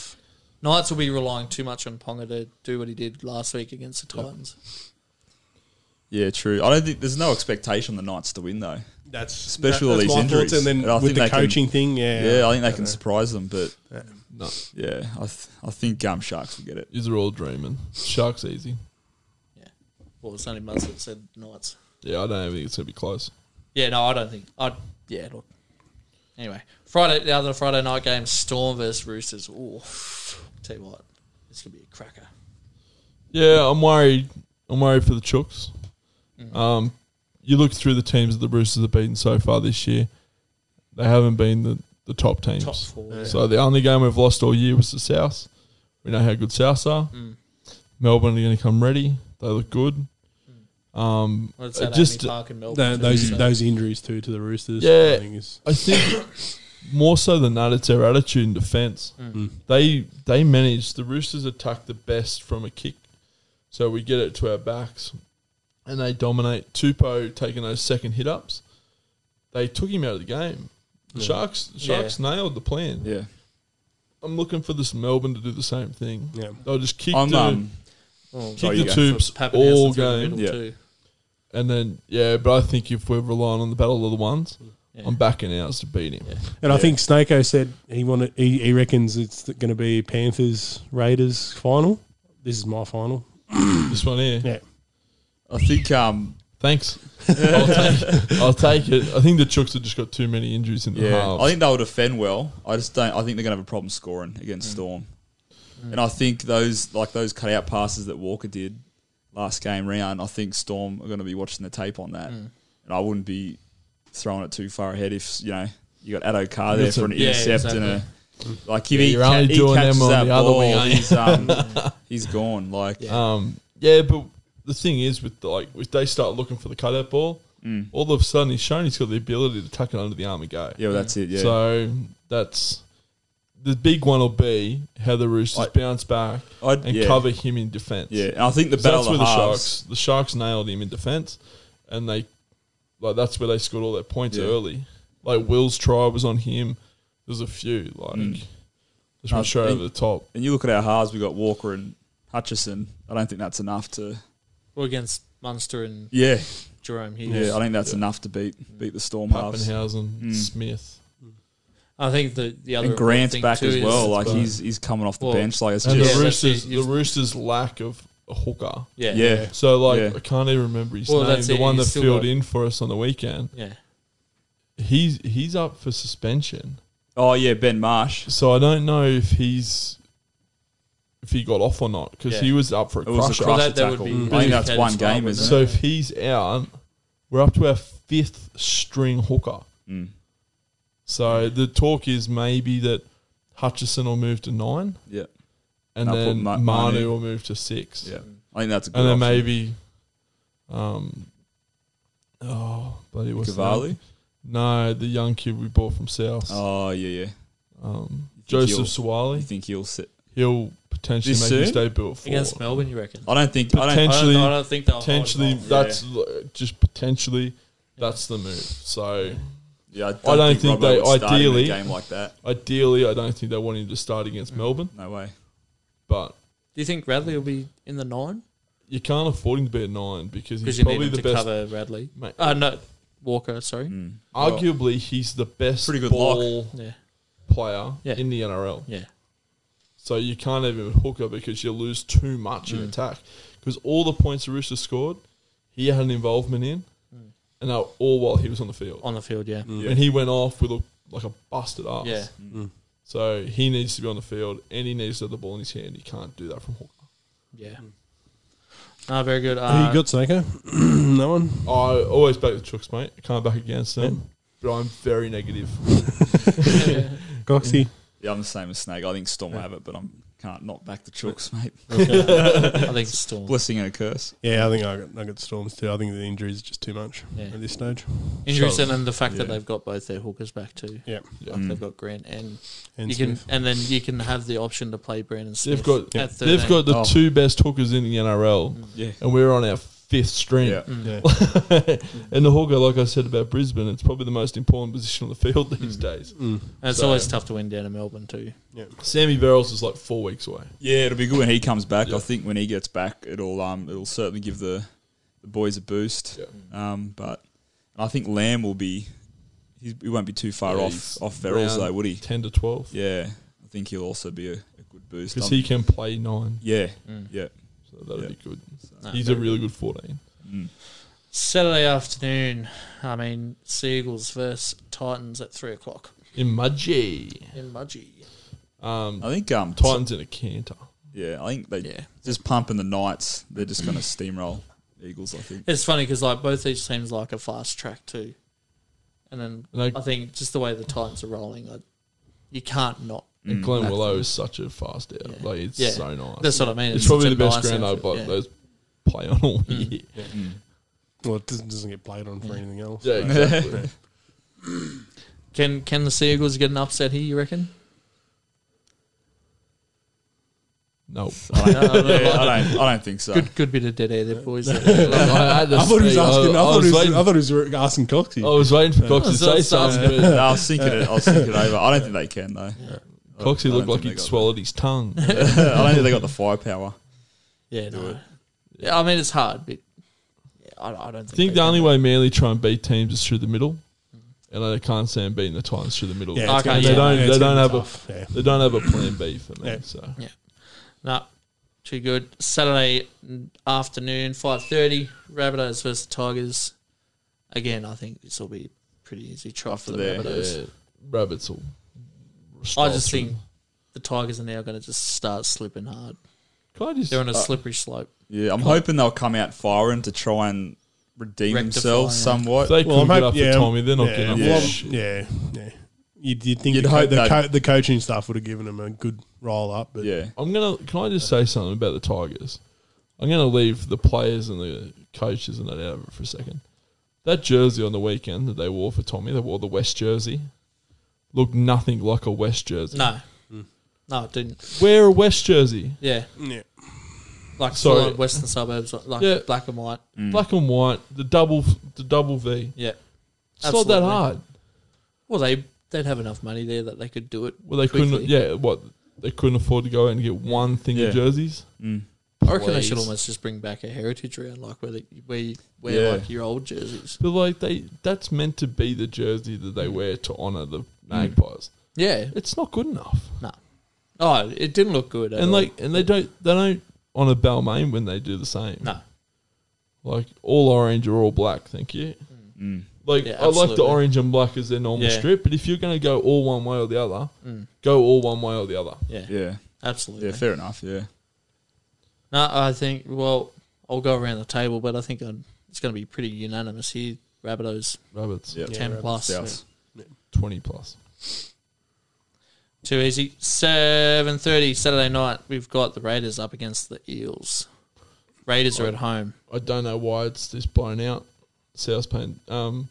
Knights will be relying too much on Ponga to do what he did last week against the Titans.
Yeah, true. I don't think there's no expectation on the Knights to win though.
that's
Especially all
that's
these
my
injuries.
thoughts. And
And I
then with
think
the
they can-
coaching thing, yeah,
Yeah, I think they can surprise them, but
no,
yeah, I th- I think um, Sharks will get it.
these are all dreaming. Sharks easy.
Well, it's only months that said Knights.
Yeah, I don't think it's gonna be close.
Yeah, no, I don't think. I yeah, look. Anyway, Friday the other Friday night game, Storm versus Roosters. Ooh, tell you what, this could be a cracker.
Yeah, I'm worried. I'm worried for the Chooks. Um, you look through the teams that the Roosters have beaten so far this year; they haven't been the, the top teams.
Top four.
So the only game we've lost all year was the South. We know how good South are.
Mm.
Melbourne are going to come ready. They look good.
Mm.
Um,
Well,
uh,
it's at
just-
Amy Park in Melbourne.
Th-
too,
those
so-
those injuries too to the Roosters.
Yeah.
I think is-
I think more so than that, it's their attitude and defence.
mm,
They they manage the Roosters attack the best from a kick, so we get it to our backs, and they dominate. Tupo taking those second hit ups, they took him out of the game. The Sharks Sharks nailed the plan.
Yeah,
I'm looking for this Melbourne to do the same thing.
Yeah.
They'll just kick
I'm
the
um,
Oh,
kick
Sorry,
the
you go.
tubes
Pappenhausen
all
through the
game,
middle
Yeah.
too.
and then yeah. But I think if we're relying on the battle of the ones, I'm backing ours to beat him.
And I think Snako said he wanted. He, he reckons it's going to be Panthers Raiders final. This is my final.
This one here.
Yeah,
I think um,
Thanks. I'll take, I'll take it. I think the Chooks have just got too many injuries in the
yeah,
halves.
I think they'll defend well. I just don't. I think they're gonna have a problem scoring against Storm. And I think those like those cutout passes that Walker did last game round, I think Storm are going to be watching the tape on that, and I wouldn't be throwing it too far ahead if you know you got Addo Carr there
It's a-
for an
yeah,
intercept
exactly.
and a like if
Yeah,
he,
you're
ca-
only
he
doing
catches
them on
that
the other
ball,
wing, aren't you?
he's um, he's gone. Like
Um, yeah, but the thing is, with the, like, if they start looking for the cutout ball, all of a sudden he's shown he's got the ability to tuck it under the arm and go.
Mm. yeah, well, that's it. Yeah,
So that's the big one. Will be how the Roosters
I-
bounce back
I'd,
and
yeah,
cover him in defence.
Yeah, and I think the
'Cause
battle
that's
of
where
the
the
halves.
Sharks the Sharks nailed him in defence, and they like that's where they scored all their points
Yeah.
early. Like Will's try was on him. There's a few like just
Mm. I
went straight
think-
over the top.
And you look at our halves. We got Walker and Hutchison. I don't think that's enough to.
Or against Munster and
Yeah,
Jerome Hughes.
yeah. I think that's enough to beat beat the Storm halves. Mm.
Pappenhausen, Smith.
I think the the other
And Grant's
thing
back
too
as
is-
well. Like he's he's coming off the
Well,
bench. Like it's
And
Yeah,
just
the
so
Roosters,
you-
the Roosters' lack of a hooker.
yeah,
yeah.
So like,
Yeah.
I can't even remember his
Well,
name.
that's
The
it,
one that
he's still
filled
got-
in for us on the weekend.
yeah.
He's he's up for suspension.
Oh yeah, Ben Marsh.
So I don't know if he's if he got off or not because
Yeah.
he was up for a
It was
crusher.
a crusher
Well, that- that would
tackle.
be-
I think that's
Caden's
one game,
fault,
isn't
So
it?
if he's out, we're up to our fifth string hooker.
Mm.
So the talk is maybe that Hutchison will move to nine,
Yeah,
and
I'll put
then
Ma-
Manu,
Manu.
will move to six.
yeah. I think that's a good.
and then
option.
maybe, um, oh bloody what's the name?
Cavalli.
No, the young kid we bought from South,
Oh yeah, yeah.
um,
You think
Joseph
You
Sawali.
think he'll sit?
He'll potentially
This
make his
soon?
debut at four.
Against Melbourne, you reckon?
I don't think. I don't.
I
Potent-
don't,
Potentially-
I don't think they'll hold him
potentially,
off.
that's l- just potentially that's the move. So
Yeah, I don't,
I don't
think,
think
Robbo
they-
would start in a
ideally-
game like that.
ideally, I don't think they want him to start against
Mm.
Melbourne,
No way.
but
Do you think Radley will be in the nine?
you can't afford him to be at nine because
Because
he's
you need
probably
him
the
to
best.
cover Radley.
mate,
Uh, no, Walker. Sorry.
arguably, he's the best
Hmm. Pretty good
ball
Yeah,
player
Yeah.
in the NRL.
yeah.
So you can't even hook her because you lose too much
Mm.
in attack. Because all the points the Roosters scored, he had an involvement in, and they were all while he was on the field.
Mm. On the field, yeah.
Yeah.
And he went off with a, like a busted ass.
Yeah.
So he needs to be on the field, and he needs to have the ball in his hand. He can't do that from hooker.
Yeah. No, very good.
Who
Uh,
you got, Sanko? no one.
I always back the Chooks, mate. I can't back against them, but I'm very negative.
Goxie.
Yeah, I'm the same as Snake. I think Storm will have it, but I am can't not back the Chooks, mate.
I think Storm.
Blessing and a curse.
Yeah, I think I got, I got storms too. I think the injuries are just too much
Yeah.
at this stage.
Injuries and then the fact that
Yeah. Mm.
they've got both their hookers back too.
Yeah,
Yeah.
Hmm.
They've got Grant and,
and
you can,
Smith.
and then you can have the option to play Brandon Smith.
They've got
at
they've
13.
got the
Oh.
two best hookers in the NRL,
Yeah.
and we're on our fifth string.
Yeah.
Mm.
yeah.
and the hooker, like I said about Brisbane, it's probably the most important position on the field
Mm.
these days.
Mm.
And it's
so-
always tough to win down in Melbourne too.
Sammy Verrills is like four weeks away.
Yeah, it'll be good when he comes back.
Yeah.
I think when he gets back, it'll um it'll certainly give the the boys a boost. Um, but I think Lamb will be he's, he won't be too far
Yeah,
off
he's
off Verrills
round
though, would he?
Ten to twelve,
Yeah, I think he'll also be a, a good boost.
because
I'm-
he can play nine,
yeah,
Mm.
yeah.
so that'll
Yeah.
be good.
No,
He's a
very
really good fourteen.
Mm.
Saturday afternoon, I mean, Seagulls versus Titans at three o'clock
In Mudgee,
in Mudgee.
um,
I think um Titan.
Titans in a canter.
Yeah, I think they
Yeah.
just pumping the Knights. They're just going to steamroll Eagles. I think.
It's funny because like both these teams like a fast track too, and then
And, I,
I think just the way the Titans are rolling, like, you can't not.
and Glenn
That's-
Willow is such a fast out.
Yeah.
Like it's
Yeah.
so nice.
That's what I mean.
it's, probably
such
the
a
best
nice
grand I've
outfit,
like
yeah.
those play on all year. Yeah,
Well, it doesn't, doesn't get played on for anything else.
exactly.
Can can the Seagulls get an upset here? You reckon?
nope.
I
No, no,
don't,
no,
yeah,
no.
I don't. I don't think so.
Good good bit of dead air there, boys. I
I, had to
I thought he was
see-
asking. I, thought, he was,
waiting, Oh,
I thought he was asking Coxie.
I was waiting for Cox
I
to
was
say
just
something.
No,
but
I was thinking it. I was thinking it over. I don't think they can though. I don't- I
Coxie
don't
looked like
think they
he'd
got
swallowed his tongue.
that. I don't think they got the firepower.
yeah, no. yeah, I mean it's hard, but yeah, I, I don't think.
I think
they
the
can.
only way Manly try and beat teams is through the middle, and I can't see them beating the Titans through the middle.
Yeah, it's
Okay,
gonna be-
they
don't-
yeah,
they
it's
don't
gonna be
have a-
tough. Yeah.
They don't have a plan B for me.
Yeah.
So
No, too good. Saturday afternoon, five thirty. Rabbitohs versus Tigers. Again, I think this will be a pretty easy try for the
there,
Rabbitohs.
rabbits will.
I just think the Tigers are now going to just start slipping hard.
Can I just?
They're on a slippery slope.
Yeah, I'm hoping they'll come out firing to try and redeem
Rectify,
themselves
yeah.
somewhat.
if they
Well,
well,
I'm
could get
hoping,
up
yeah,
for Tommy. They're not
yeah,
getting up.
yeah.
for
well,
shit.
yeah, yeah. You'd, you'd think
You'd
the, co-
hope
the,
they'd-
co- the coaching staff would have given them a good roll up, but
yeah,
I'm gonna. Can I just say something about the Tigers? I'm gonna leave the players and the coaches and that out of it for a second. That jersey on the weekend that they wore for Tommy, they wore the West jersey, looked nothing like a West jersey.
No, no, it didn't.
Wear a West jersey,
Yeah,
yeah.
like
Sorry.
full-on Western suburbs, like
Yeah.
black and white.
black and white, the double, the double V.
Yeah.
It's not that
Absolutely.
hard.
Well, they they'd have enough money there that they could do it.
Well, they couldn't.
quickly.
Yeah, what they couldn't afford to go out and get one thing
Yeah.
of jerseys.
Mm,
I reckon they should
Please.
almost just bring back a heritage round, like where they, where you wear
Yeah.
like your old jerseys.
But like they, that's meant to be the jersey that they wear to honour
Mm.
the Magpies.
Yeah,
It's not good enough.
no. Oh, it didn't look good. At
and
all.
like, and they don't, they don't honour Balmain when they do the same.
no,
Like all orange or all black, thank you.
mm.
Like
Yeah,
I like the
absolutely.
orange and black as their normal
Yeah. Mm.
strip, but if you're going to go all one way or the other, go all one way or the other.
yeah,
yeah,
absolutely.
yeah. Fair enough. Yeah,
No, I think. Well, I'll go around the table, but I think i it's going to be pretty unanimous here. Rabbitohs
Rabbits
yeah.
ten plus.
Souths.
twenty plus.
Too easy. Seven thirty Saturday night. We've got the Raiders up against the Eels. Raiders are at home.
I don't know why it's this blown out. South paying um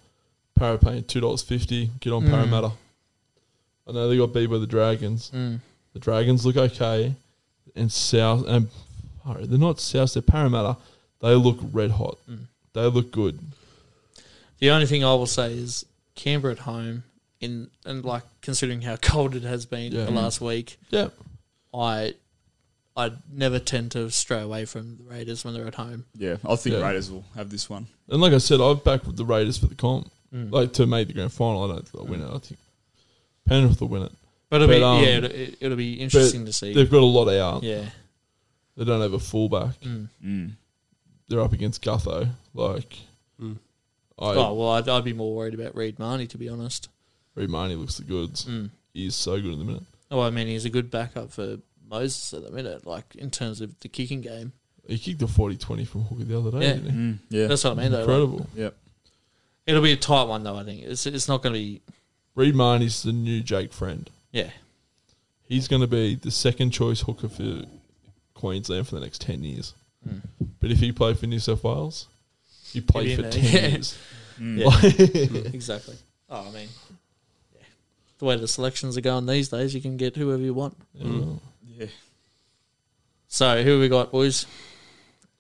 Para paying two dollars fifty. Get
Mm.
on Parramatta. I know they got beat by the Dragons.
Mm.
The Dragons look okay, and South and sorry, they're not South. They're Parramatta. They look red hot.
Mm.
They look good.
The only thing I will say is Canberra at home. In and like considering how cold it has been
Yeah. Mm.
the last week,
Yeah,
I I never tend to stray away from the Raiders when they're at home.
yeah. I think
Yeah.
Raiders will have this one.
and like I said, I've backed with the Raiders for the comp,
Mm.
like to make the grand final. I don't think they'll win it. I think Penrith will win it.
But it'll
But,
be
um,
yeah, it'll, it- it'll be
But
interesting to see.
They've got a lot out.
Yeah,
They don't have a fullback.
Mm.
They're up against Gutho. Like, I,
oh well, I'd, I'd be more worried about Reid Marnie to be honest.
Remani looks the goods.
Mm.
He's so good at the minute.
Oh, I mean, he's a good backup for Moses at the minute, like in terms of the kicking game.
He kicked a 40 20 from Hooker the other day,
Yeah.
didn't he?
Mm. Yeah,
That's what I mean, though. Like,
Incredible.
yep.
it'll be a tight one, though. I think it's it's not going to be.
Reed Marnie's the new Jake Friend.
Yeah,
He's going to be the second choice hooker for Queensland for the next 10 years. But if he played for New South Wales, he played
Hmm. He'd
for
be in there.
10
Yeah. Hmm.
years.
Mm.
Hmm.
exactly. Oh, I mean, yeah. The way the selections are going these days, you can get whoever you want.
Yeah, well,
Yeah,
So who we got, boys?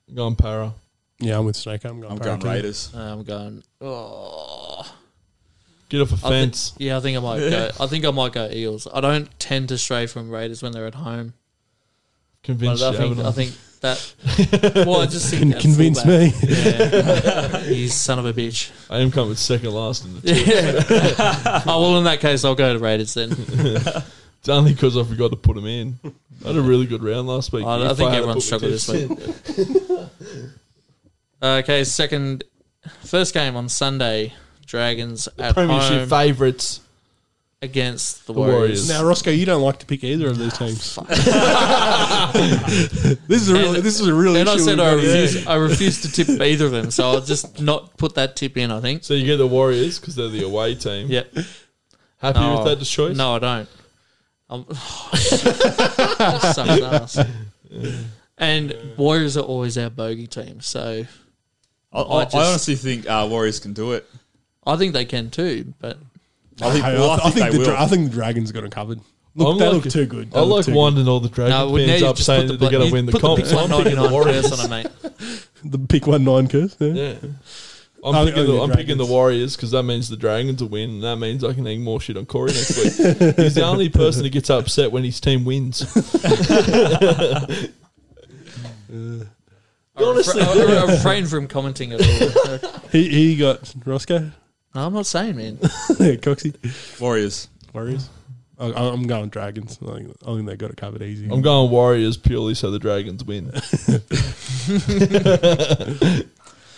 I'm going para.
Yeah, I'm with Snake. I'm going.
I'm
Parra
going
too.
Raiders.
Uh, I'm going. Oh,
Get off a
I thi-
fence.
yeah, I think I might go. I think I might go Eels. I don't tend to stray from Raiders when they're at home.
Convince
But I think I think that. Well, I just think
Can
that
convince
fullback- Yeah.
me.
you son of a bitch.
I am coming second last in the
Yeah. oh well, in that case, I'll go to Raiders then.
It's only because I forgot to put him in. I had a really good round last week.
I, I
If
think
had
everyone
put my
struggled
tips
this week. Uh, okay, second, first game on Sunday, Dragons
in,
at home
favourites.
against the
Warriors.
Warriors.
Now, Roscoe, you don't like to pick either of these teams. this is a real.
And-
This is a real
And I
issue.
said
we've
I
got here.
refuse, I refuse to tip either of them, so I'll just not put that tip in. I think.
So you get the Warriors because they're the away team.
Yep.
Happy
No.
with that choice?
No, I don't. I'm sucks ass. And Warriors are always our bogey team, so
I, I,
I
I
just-
honestly think uh, Warriors can do it.
I think they can too. But
I think,
Hey,
well, I
I, I
think,
think
they
the
will.
dra- I think the Dragons got it covered. Look,
I'm
they
like-
look too good. They
I
look
like
too good.
winding all the Dragon
we
fans
need
up saying that they're going to win the
put
comp.
The pick
So I'm picking the
199
Warriors.
person, I mate.
the pick one nine curse. Yeah.
Yeah.
I
I'm,
think
picking the,
the
I'm picking the
Dragons.
Warriors because that means the Dragons will win, and that means I can hang more shit on Corey next week. He's the only person that gets upset when his team wins.
Honestly, I refrain from commenting at all.
He he got Roscoe.
No, I'm not saying, man.
Coxie
Warriors.
Warriors. I, I- I'm going Dragons. I think, I think they got it covered easy.
I'm going Warriors purely so the Dragons win.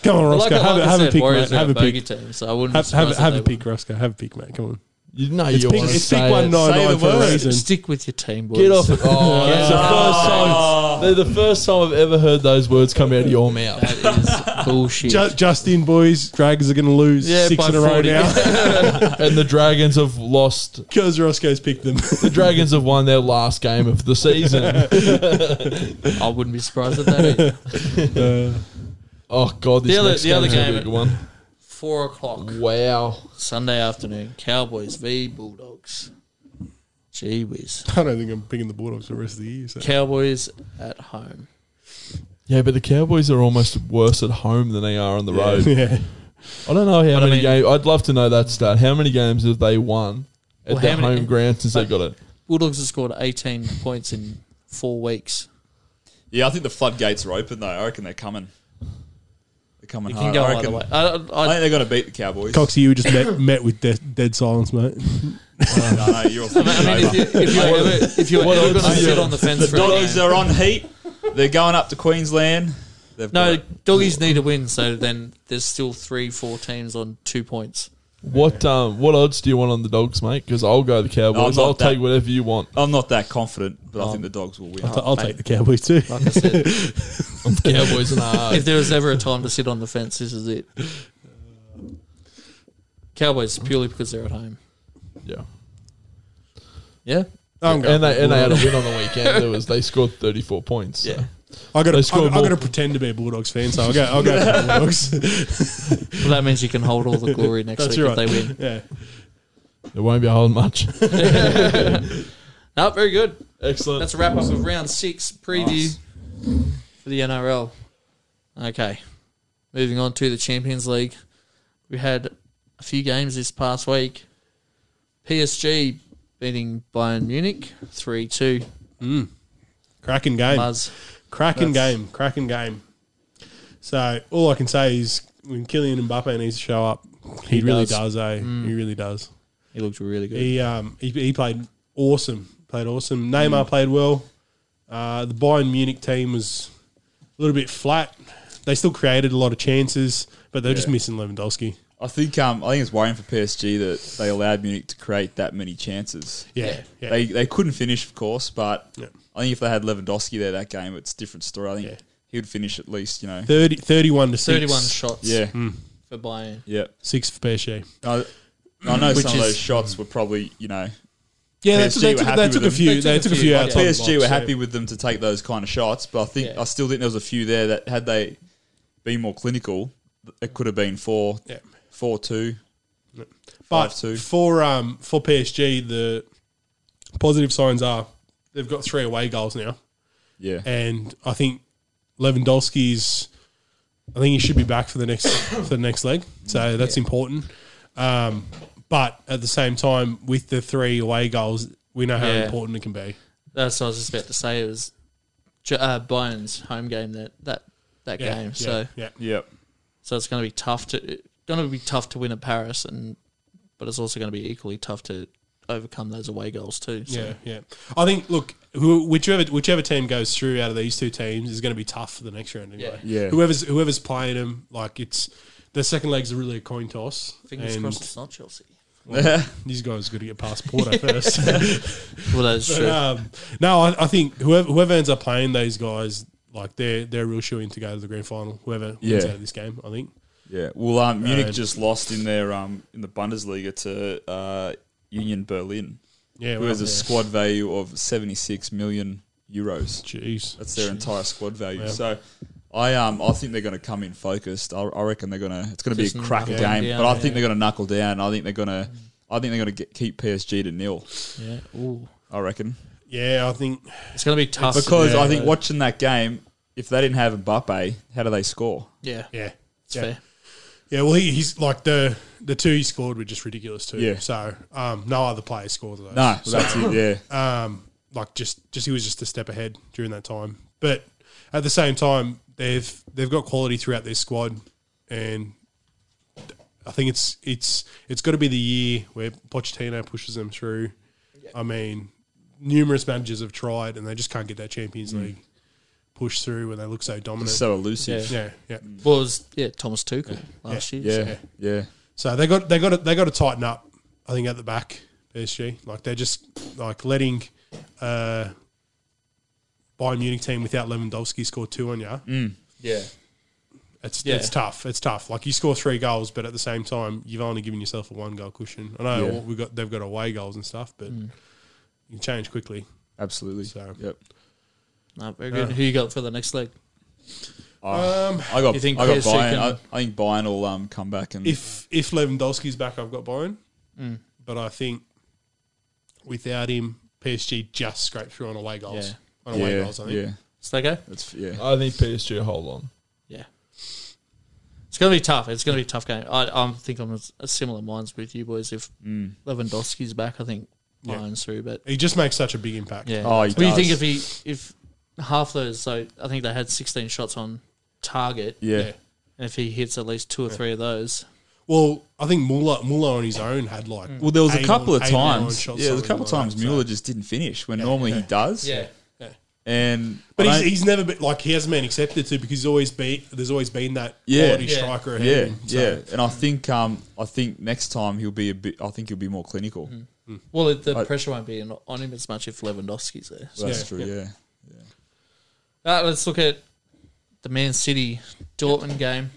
Come on,
But like,
Roscoe.
like
have, a
I
have
said,
a pick,
Warriors
mate.
are
Have
a
a
bogey
pick.
team, so I wouldn't.
Have,
be
have,
surprised if
have
they
a
won.
pick, Roscoe. Have a pick, mate. Come on.
You know
It's
you
pick,
want to
it's
say
pick one
it.
nine
Say
nine
the
for a
word.
reason.
Stick with your team, boys.
Get off it.
Oh,
It's the
Ah.
first time. They're the first time I've ever heard those words come out of your mouth.
that is bullshit.
Ju- Justin, boys, Dragons are going to lose
Yeah,
six
by
in a row
40.
now
and the Dragons have lost.
because Roscoe's picked them.
The Dragons have won their last game of the season.
I wouldn't be surprised at that. Either.
Oh God, this
The other-
next
the other
game's gonna
game-
be a good one.
Four o'clock
Wow.
Sunday afternoon. Cowboys v Bulldogs. Gee whiz.
I don't think I'm picking the Bulldogs for the rest of the year. So.
Cowboys at home.
Yeah, but the Cowboys are almost worse at home than they are on the road.
Yeah,
I don't know how
But I
many
mean-
games. I'd love to know that stat. How many games have they won at
Well,
their
how many-
home ground since they got it?
Bulldogs have scored 18 points in four weeks.
Yeah, I think the floodgates are open though. I reckon they're coming. They're coming
It can
hard.
go
I
either
reckon.
way. I,
I
I, I,
think they're going to beat the Cowboys.
Coxie, you just met, met with de- dead silence, mate.
no, no, you're
I mean, if, you, if you're ever, if you're
What
ever going
odds
to
is
sit
it?
on the fence for
The
a
doggies
game,
are on heat. They're going up to Queensland. They've
no
got-
doggies need a win, so then there's still three, four teams on two points.
What um what odds do you want on the dogs, mate? Because I'll go the Cowboys.
not
I'll
that-
take whatever you want.
I'm not that confident, but I think the dogs will win.
So Um, I'll take the Cowboys too.
Like I said,
Cowboys and hard.
if there was ever a time to sit on the fence, this is it. Cowboys purely because they're at home.
Yeah.
Yeah,
I'm going.
And they and they had a win on the weekend. It was they scored thirty four points. so.
yeah.
I got.
They
to.
scored
I'm going
more.
to pretend to be a Bulldogs fan, so I'll go. I'll go for the Bulldogs.
Well, that means you can hold all the glory next
That's
week
right.
if they win.
yeah.
It won't be a whole much.
No, very good.
Excellent.
That's a wrap up of round six preview for the NRL. Okay, moving on to the Champions League. We had a few games this past week. PSG beating Bayern Munich 3 2.
Cracking game.
Muzz.
Cracking
That's-
game, cracking game. So all I can say is when Kylian Mbappe needs to show up, he,
He
really
does.
does. eh? He really does.
He looked really good.
He um he, he played awesome, played awesome. Neymar
Mm.
played well. Uh, the Bayern Munich team was a little bit flat. They still created a lot of chances, but they're just
Yeah.
missing Lewandowski.
I think. Um, I think it's worrying for PSG that they allowed Munich to create that many chances.
Yeah, yeah.
They they couldn't finish, of course, but
Yeah.
I think if they had Lewandowski there that game, it's a different story. I think
Yeah.
he would finish at least. You know.
30, 31 to 6.
31 shots
yeah.
Mm.
for Bayern.
Yeah.
Six for PSG.
I, I know
Which
some of
is-
those shots were probably you know PSG
Yeah, they
were
took, they took,
happy
they
with
took a
them.
few. They took a few
yeah.
outside the
PSG were
box, yeah.
happy with them to take those kind of shots, but I think
Yeah.
I still think there was a few there that had they been more clinical, it could have been four,
Yeah.
four two.
But
5-2.
for um for PSG, the positive signs are they've got three away goals now,
Yeah,
and I think Lewandowski's. I think he should be back for the next for the next leg, so that's important. Um, but at the same time, with the three away goals, we know how
Yeah.
important it can be.
That's what I was just about to say. It was J- uh, Bayern's home game that that, that
Yeah,
game.
yeah,
So
yeah,
yeah,
so it's going to be tough to going to be tough to win at Paris, and but it's also going to be equally tough to overcome those away goals too. So.
yeah, yeah. I think look, who, whichever whichever team goes through out of these two teams is going to be tough for the next round anyway.
Yeah. Yeah.
whoever's whoever's playing them, like it's the second leg's are really a coin toss.
Fingers
and
crossed it's not Chelsea.
These guys got to get past Porto first.
Well, that's true.
um, no, I, I think whoever whoever ends up playing these guys, like they're they're a real shoe in to go to the grand final. Whoever wins
Yeah.
out of this game, I think.
yeah. Well, um, Munich
Uh,
just lost in their um in the Bundesliga to uh, Union Berlin,
Yeah,
who has a
well,
squad value of seventy six million euros.
Jeez.
That's their entire squad value.
Yeah.
So. I um I think they're going to come in focused. I, I reckon they're going to. It's going to be
Just
a cracker
knuckle
game,
down,
but I
yeah.
think they're going to knuckle down. I think they're going to. I think they're going to get, keep PSG to nil.
yeah. Ooh.
I reckon.
Yeah, I think.
It's going to be tough
Because
Yeah.
I think watching that game, if they didn't have Mbappe, how do they score?
Yeah,
Yeah,
it's
yeah.
fair.
Yeah, well, he, he's like the the two he scored were just ridiculous too.
Yeah.
So um, no other player scored those.
No,
So,
that's it. Yeah,
um, like just just he was just a step ahead during that time. But at the same time, they've they've got quality throughout their squad, and I think it's it's it's got to be the year where Pochettino pushes them through. I mean, numerous managers have tried, and they just can't get that Champions League push through when they look so dominant.
so elusive.
yeah, yeah.
Well, it was yeah Thomas Tuchel last year.
Yeah, yeah.
So they got they got to, they got to tighten up. I think at the back, SG. Like they're just like letting uh, Bayern Munich team without Lewandowski score two on you.
Mm,
Yeah.
It's
Yeah.
it's tough. It's tough. Like you score three goals, but at the same time, you've only given yourself a one goal cushion. I know
Yeah. Mm.
we got they've got away goals and stuff, but you can change quickly.
Absolutely.
So-
Yep.
No, very good. Who you got for the next leg?
um, I got.
uh, you think
I got
PSG
Bayern.
can-
I, I think Bayern will um, come back and
If if Lewandowski's back, I've got Bayern,
Mm.
but I think without him, PSG just scraped through on away goals.
Yeah.
On
yeah,
away goals, I think.
yeah,
Stego?
that's yeah.
I think PSG hold on.
Yeah. It's going to be tough. It's going to be a tough game. I, I think I'm s- similar minds with you boys. If Lewandowski's back, I think
Yeah.
Bayern's through. But
He just makes such a big impact.
yeah,
Oh, he
what do you
does.
think if he if half those? So I think they had 16 shots on target.
yeah,
Yeah.
And if he hits at least two or three of those,
Well, I think Muller Muller on his own had like
Well, there was
eight
a couple
or-
of
eight or nine
times. Yeah,
shots,
there was a
something
couple of
like
times
that, so-
Mueller just didn't finish when normally he does.
yeah,
and
But
I
he's,
don't-
he's never been like he hasn't been accepted to because he's always been there's always been that
Yeah.
quality
Yeah.
striker ahead
yeah,
of him. So,
yeah. And I think um, I think next time he'll be a bit. I think he'll be more clinical.
Mm-hmm.
Well, it- the
I-
pressure won't be in- on him as much if Lewandowski's there.
So that's
Yeah.
true. Yeah.
Uh, let's look at the Man City Dortmund game.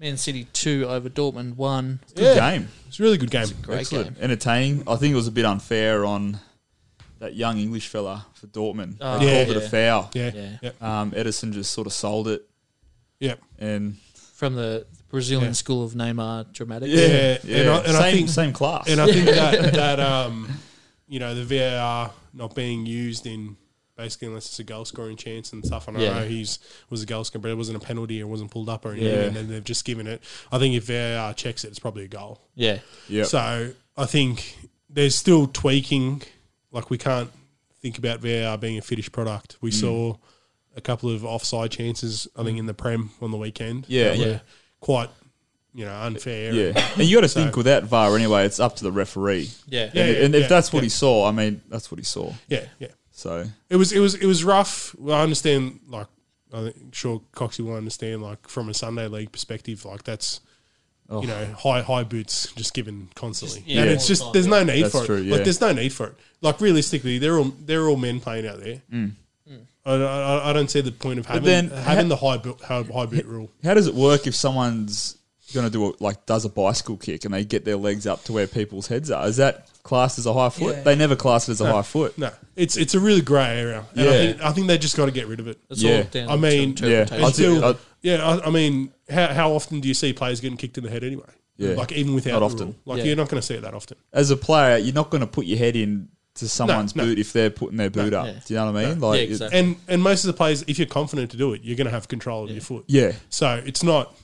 Man City two over Dortmund one.
Good
Yeah.
game.
It's a really good game.
Great
Excellent.
game.
Entertaining. I think it was a bit unfair on that young English fella for Dortmund.
Oh,
they
Ah, Yeah.
called it
yeah.
a foul.
Yeah.
Yeah.
Yeah. Yeah.
Um, Edison just sort of sold it,
Yeah.
and
From the Brazilian
Yeah.
school of Neymar dramatic.
Yeah.
yeah,
And I- and
same
I think-
same class.
And I think that that um you know, the VAR not being used in basically unless it's a goal scoring chance and stuff. And
Yeah.
I know he's was a goal scorer, but it wasn't a penalty it wasn't pulled up or anything,
Yeah.
and then they've just given it. I think if VAR checks it, it's probably a goal.
Yeah.
Yep.
So I think there's still tweaking. Like we can't think about VAR being a finished product.
Mm.
We saw a couple of offside chances. I think in the prem on the weekend.
Yeah,
that were
yeah.
quite you know unfair.
yeah, and you got to think without VAR anyway. It's up to the referee.
Yeah.
Yeah.
and, and if that's what
yeah.
he saw, I mean, that's what he saw.
yeah, yeah.
So
It was it was it was rough. Well, I understand. Like I'm sure Coxie will understand. Like from a Sunday league perspective, like that's.
Oh.
You know, high high boots just given constantly,
Just- yeah,
and
all
it's
the
just
time,
there's no need
That's
for it.
true, yeah.
Like there's no need for it. Like realistically, they're all they're all men playing out there.
Hmm.
I, I, I don't see the point of having
then-
having the high boot high, high boot rule.
how does it work if someone's going to do a, like does a bicycle kick and they get their legs up to where people's heads are? Is that classed as a high foot? They never class it as a high foot.
No, it's it's a really grey area, and I
Yeah.
think I think they just got to get rid of it.
It's
Yeah.
all down
I mean,
to
Yeah,
interpretation.
I do.
Until,
I-
yeah, I, I mean, how, how often do you see players getting kicked in the head anyway?
Yeah.
like even
Not
without the
often.
rule. Like
Yeah.
you're not going to see it that often.
as a player, you're not going to put your head in to someone's
no.
boot if they're putting their boot up.
Yeah.
Do you know what I mean? Like,
Yeah,
it-
exactly.
And and most of the players, if you're confident to do it, you're going to have control of your foot.
yeah.
So it's not.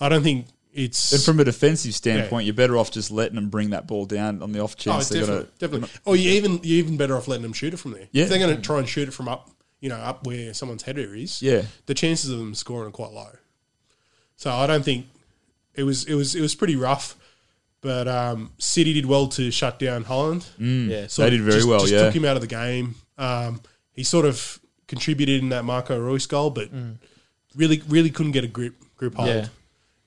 I don't think it's
And from a defensive standpoint, you're better off just letting them bring that ball down on the off
Oh,
chance they got
definitely,
to.
definitely. Or you even you're even better off letting them shoot it from there.
Yeah.
If they're going to try and shoot it from up, you know, up where someone's header is.
Yeah.
the chances of them scoring are quite low. So I don't think it was it was it was pretty rough. But um, City did well to shut down Holland.
yeah.
Sort
Mm. They
of
did very
just-
well,
Just
yeah.
took him out of the game. Um, he sort of contributed in that Marco Royce goal, but really, really couldn't get a grip grip hold,
Mm.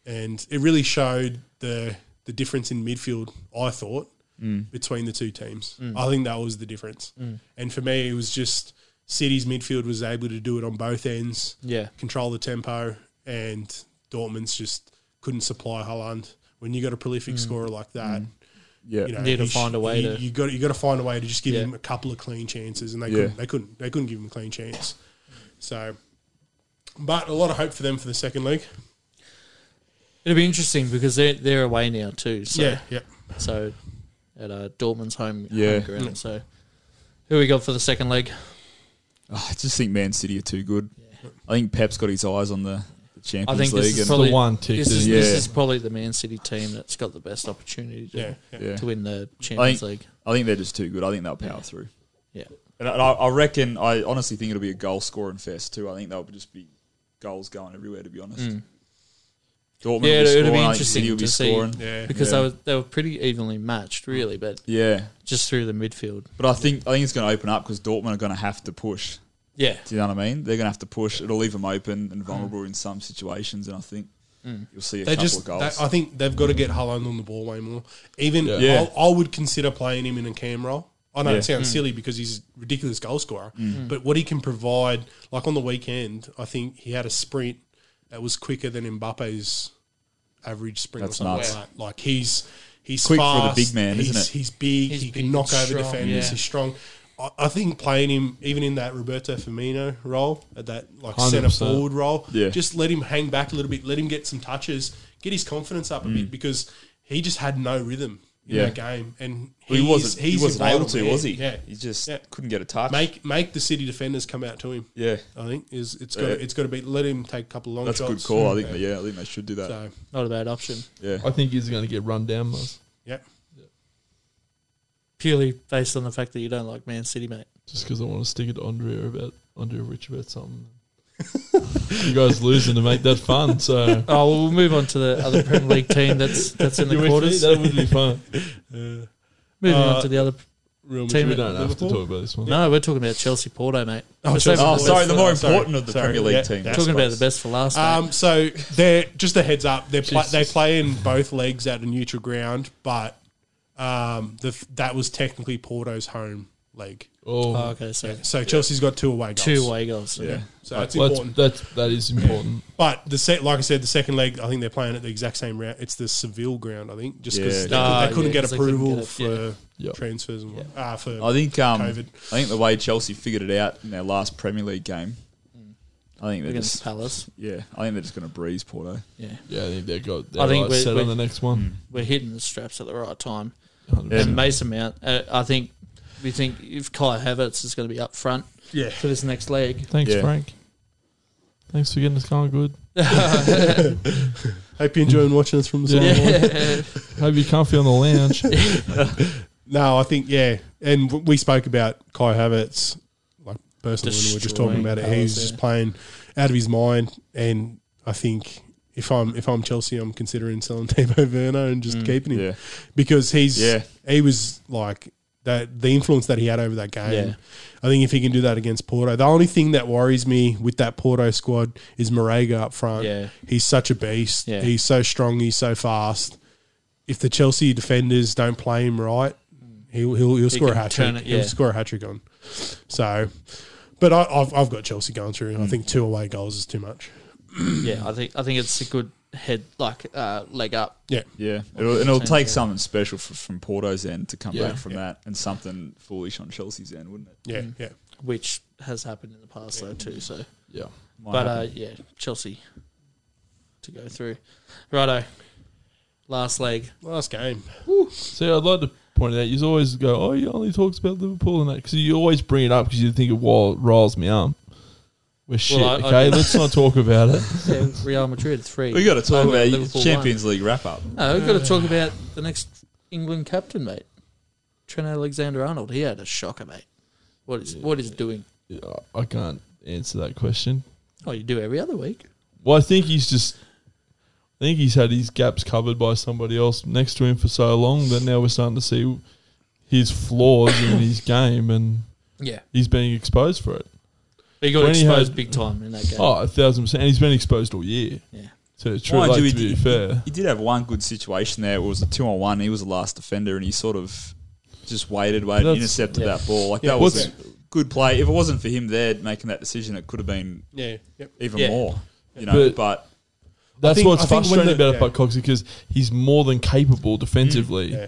Yeah.
and it really showed the the difference in midfield. I thought
Mm.
between the two teams, I think that was the difference. And for me, it was just City's midfield was able to do it on both ends,
Yeah.
control the tempo, and Dortmund's just couldn't supply Holland. When you got a prolific scorer like that,
Yeah.
you know,
Mm. Need to
you sh-
find a way
you,
to-
You got you got to find a way to just give
Yeah.
him a couple of clean chances, and they
Yeah.
couldn't, they couldn't they couldn't give him a clean chance. So, but a lot of hope for them for the second league.
It'll be interesting because they're they're away now too. So,
yeah, yeah.
So at uh, Dortmund's home,
Yeah.
home ground. So who we got for the second leg?
Oh, I just think Man City are too good. I think Pep's got his eyes on the, the Champions
I think
League.
this is
and-
probably
The one tick
This is,
that-
this
Yeah.
is probably the Man City team that's got the best opportunity to,
Yeah, yeah.
yeah.
to win the Champions League.
I think they're just too good. I think they'll power through.
Yeah.
And I, and I I reckon, I honestly think it'll be a goal scoring fest too. I think they'll just be goals going everywhere, to be honest. Dortmund
Hmm. Yeah,
will be
it'll be
scoring, I think
interesting
City will be
to see.
scoring.
Yeah.
Because
Yeah.
they were they were pretty evenly matched, really, but
Yeah.
just through the midfield.
But I think I think it's going to open up because Dortmund are going to have to push.
Yeah. Hmm.
Do you know what I mean? They're going to have to push. It'll leave them open and vulnerable in some situations, and I think You'll see a
They
couple
just,
of goals.
they- I think they've got to get Holland on the ball way more. Even
Yeah.
Yeah.
I, I would consider playing him in a cam role. I know
Yeah. Hmm.
it sounds
Hmm.
silly because he's a ridiculous goal scorer, but what he can provide, like on the weekend, I think he had a sprint that was quicker than Mbappe's average sprint
That's
or something
nuts.
like that. Like he's he's
Quick for the
fast,
big man,
he's,
isn't it?
He's big.
He's
he
big,
can knock
he's
over
strong,
defenders.
yeah.
He's strong. I, I think playing him even in that Roberto Firmino role at that like centre
100%.
forward role,
Yeah.
just let him hang back a little bit, let him get some touches, get his confidence up a bit because he just had no rhythm in
Mm. Yeah.
that game, and
he
he's-
wasn't. He
he's
wasn't able to,
involved,
was he?
Yeah,
He just
Yeah.
couldn't get a touch.
make make the city defenders come out to him.
yeah,
I think is it's got to,
Yeah.
it's got to be let him take a couple of long
that's a
shots.
good call. I think. Yeah, I think they should do that.
So
Not a bad option.
Yeah,
I think he's going to get run down. Maz.
yeah,
Purely based on the fact that you don't like Man City, mate.
Just because I want to stick it to Andrea about Andrea Rich about something. you guys losing to make that fun, so
Oh, well, we'll move on to the other Premier League team that's that's in the
You with me?
quarters.
That would be fun.
Moving
Uh,
on to the other.
real
Team-
We
Madrid,
don't have to
Liverpool?
talk about this one.
No, we're talking about Chelsea Porto, mate.
Oh,
We're
Chelsea-
saving
Oh,
the best
sorry, the
for
more
last.
important of the
Sorry.
Premier League
Yeah,
team.
that's
Talking about
Spurs.
the best for last. mate.
Um, so they're just a heads up. They play
Jesus.
they play in both legs at a neutral ground, but um, the f- that was technically Porto's home leg.
Oh,
Oh, okay, so
So Chelse's got two away goals.
two away goals.
Yeah,
So that's
well,
important.
that's, that's that is important.
But the set, like I said, the second leg, I think they're playing at the exact same round. It's the Seville ground, I think, just
Yeah.
because they,
Ah,
couldn't
yeah,
get
'cause they couldn't
approval
get it,
for
yeah. Yep.
transfers and uh, for
I think. Um, I
COVID.
think the way Chelsea figured it out in their last Premier League game, I think they're
against
just
Palace.
yeah. I think they're just going to breeze Porto.
Yeah,
Yeah, I think they got.
I
I
think
think
we-
set
we-
on the next
Mm.
one.
we're hitting the straps at the right time.
100%.
And Mason Mount, uh, I think we think if Kai Havertz is going to be up front
yeah.
for this next leg.
Thanks,
Yeah.
Frank. Thanks for getting us going good.
Hope you're enjoying watching us from the
Yeah.
sideline.
Hope you're comfy on the lounge.
No, I think yeah, and w- we spoke about Kai Havertz, like personally, when we were just talking about it.
Destroying
He's
Palace,
just
yeah.
playing out of his mind, and I think if I'm if I'm Chelsea, I'm considering selling Timo Werner and just keeping him
Mm. Yeah.
because he's
Yeah.
he was like that the influence that he had over that game.
Yeah.
I think if he can do that against Porto, the only thing that worries me with that Porto squad is Morega up front.
Yeah.
He's such a beast.
Yeah.
He's so strong. He's so fast. If the Chelsea defenders don't play him right, he'll he'll, he'll score a
can
hat
turn
trick.
it, yeah.
He'll score a hat trick on. So, but I, I've I've got Chelsea going through.
Mm.
I think two away goals is too much.
yeah, I think I think it's a good head like uh, leg up.
Yeah,
Yeah, it'll, and it'll take something special f from Porto's end to come
Yeah.
back from that, and something foolish on Chelsea's end, wouldn't it?
yeah,
Mm.
yeah.
which has happened in the past though too. So,
yeah.
Might
but
happen.
uh, yeah, Chelsea to go through. Righto, last leg.
Last game.
See, I'd like to point it out. You always go, oh, he only talks about Liverpool and that because you always bring it up because you think it wa- riles me up. We're shit.
I- I
okay,
did-
let's not talk about it.
Yeah, Real Madrid three.
we got to talk
over
about
Liverpool
Champions League wrap up.
One. No, we've got to talk about the next England captain, mate, Trent Alexander-Arnold. He had a shocker, mate. What is what is doing?
Yeah, I can't answer that question.
Oh, you do every other week.
Well, I think he's just. I think he's had his gaps covered by somebody else next to him for so long that now we're starting to see his flaws in his game and
Yeah,
he's being exposed for it.
but he got
When he
exposed
had-
big time in that game.
Oh, a thousand percent. And he's been exposed all year.
Yeah,
So it's true. Like,
you,
to
he,
be
did-
fair.
he did have one good situation there. It was a two on one. He was the last defender, and he sort of just waited, waited,
That's-
intercepted
yeah.
that ball. Like
Yeah,
that was a
what's-
good play. If it wasn't for him there making that decision, it could have been
Yeah, yep.
even
Yeah.
more. You know,
But-
but,
That's
think-
what's
I think when
frustrating
the-
about it
yeah. Mm.
by Coxie because he's more than capable defensively,
yeah.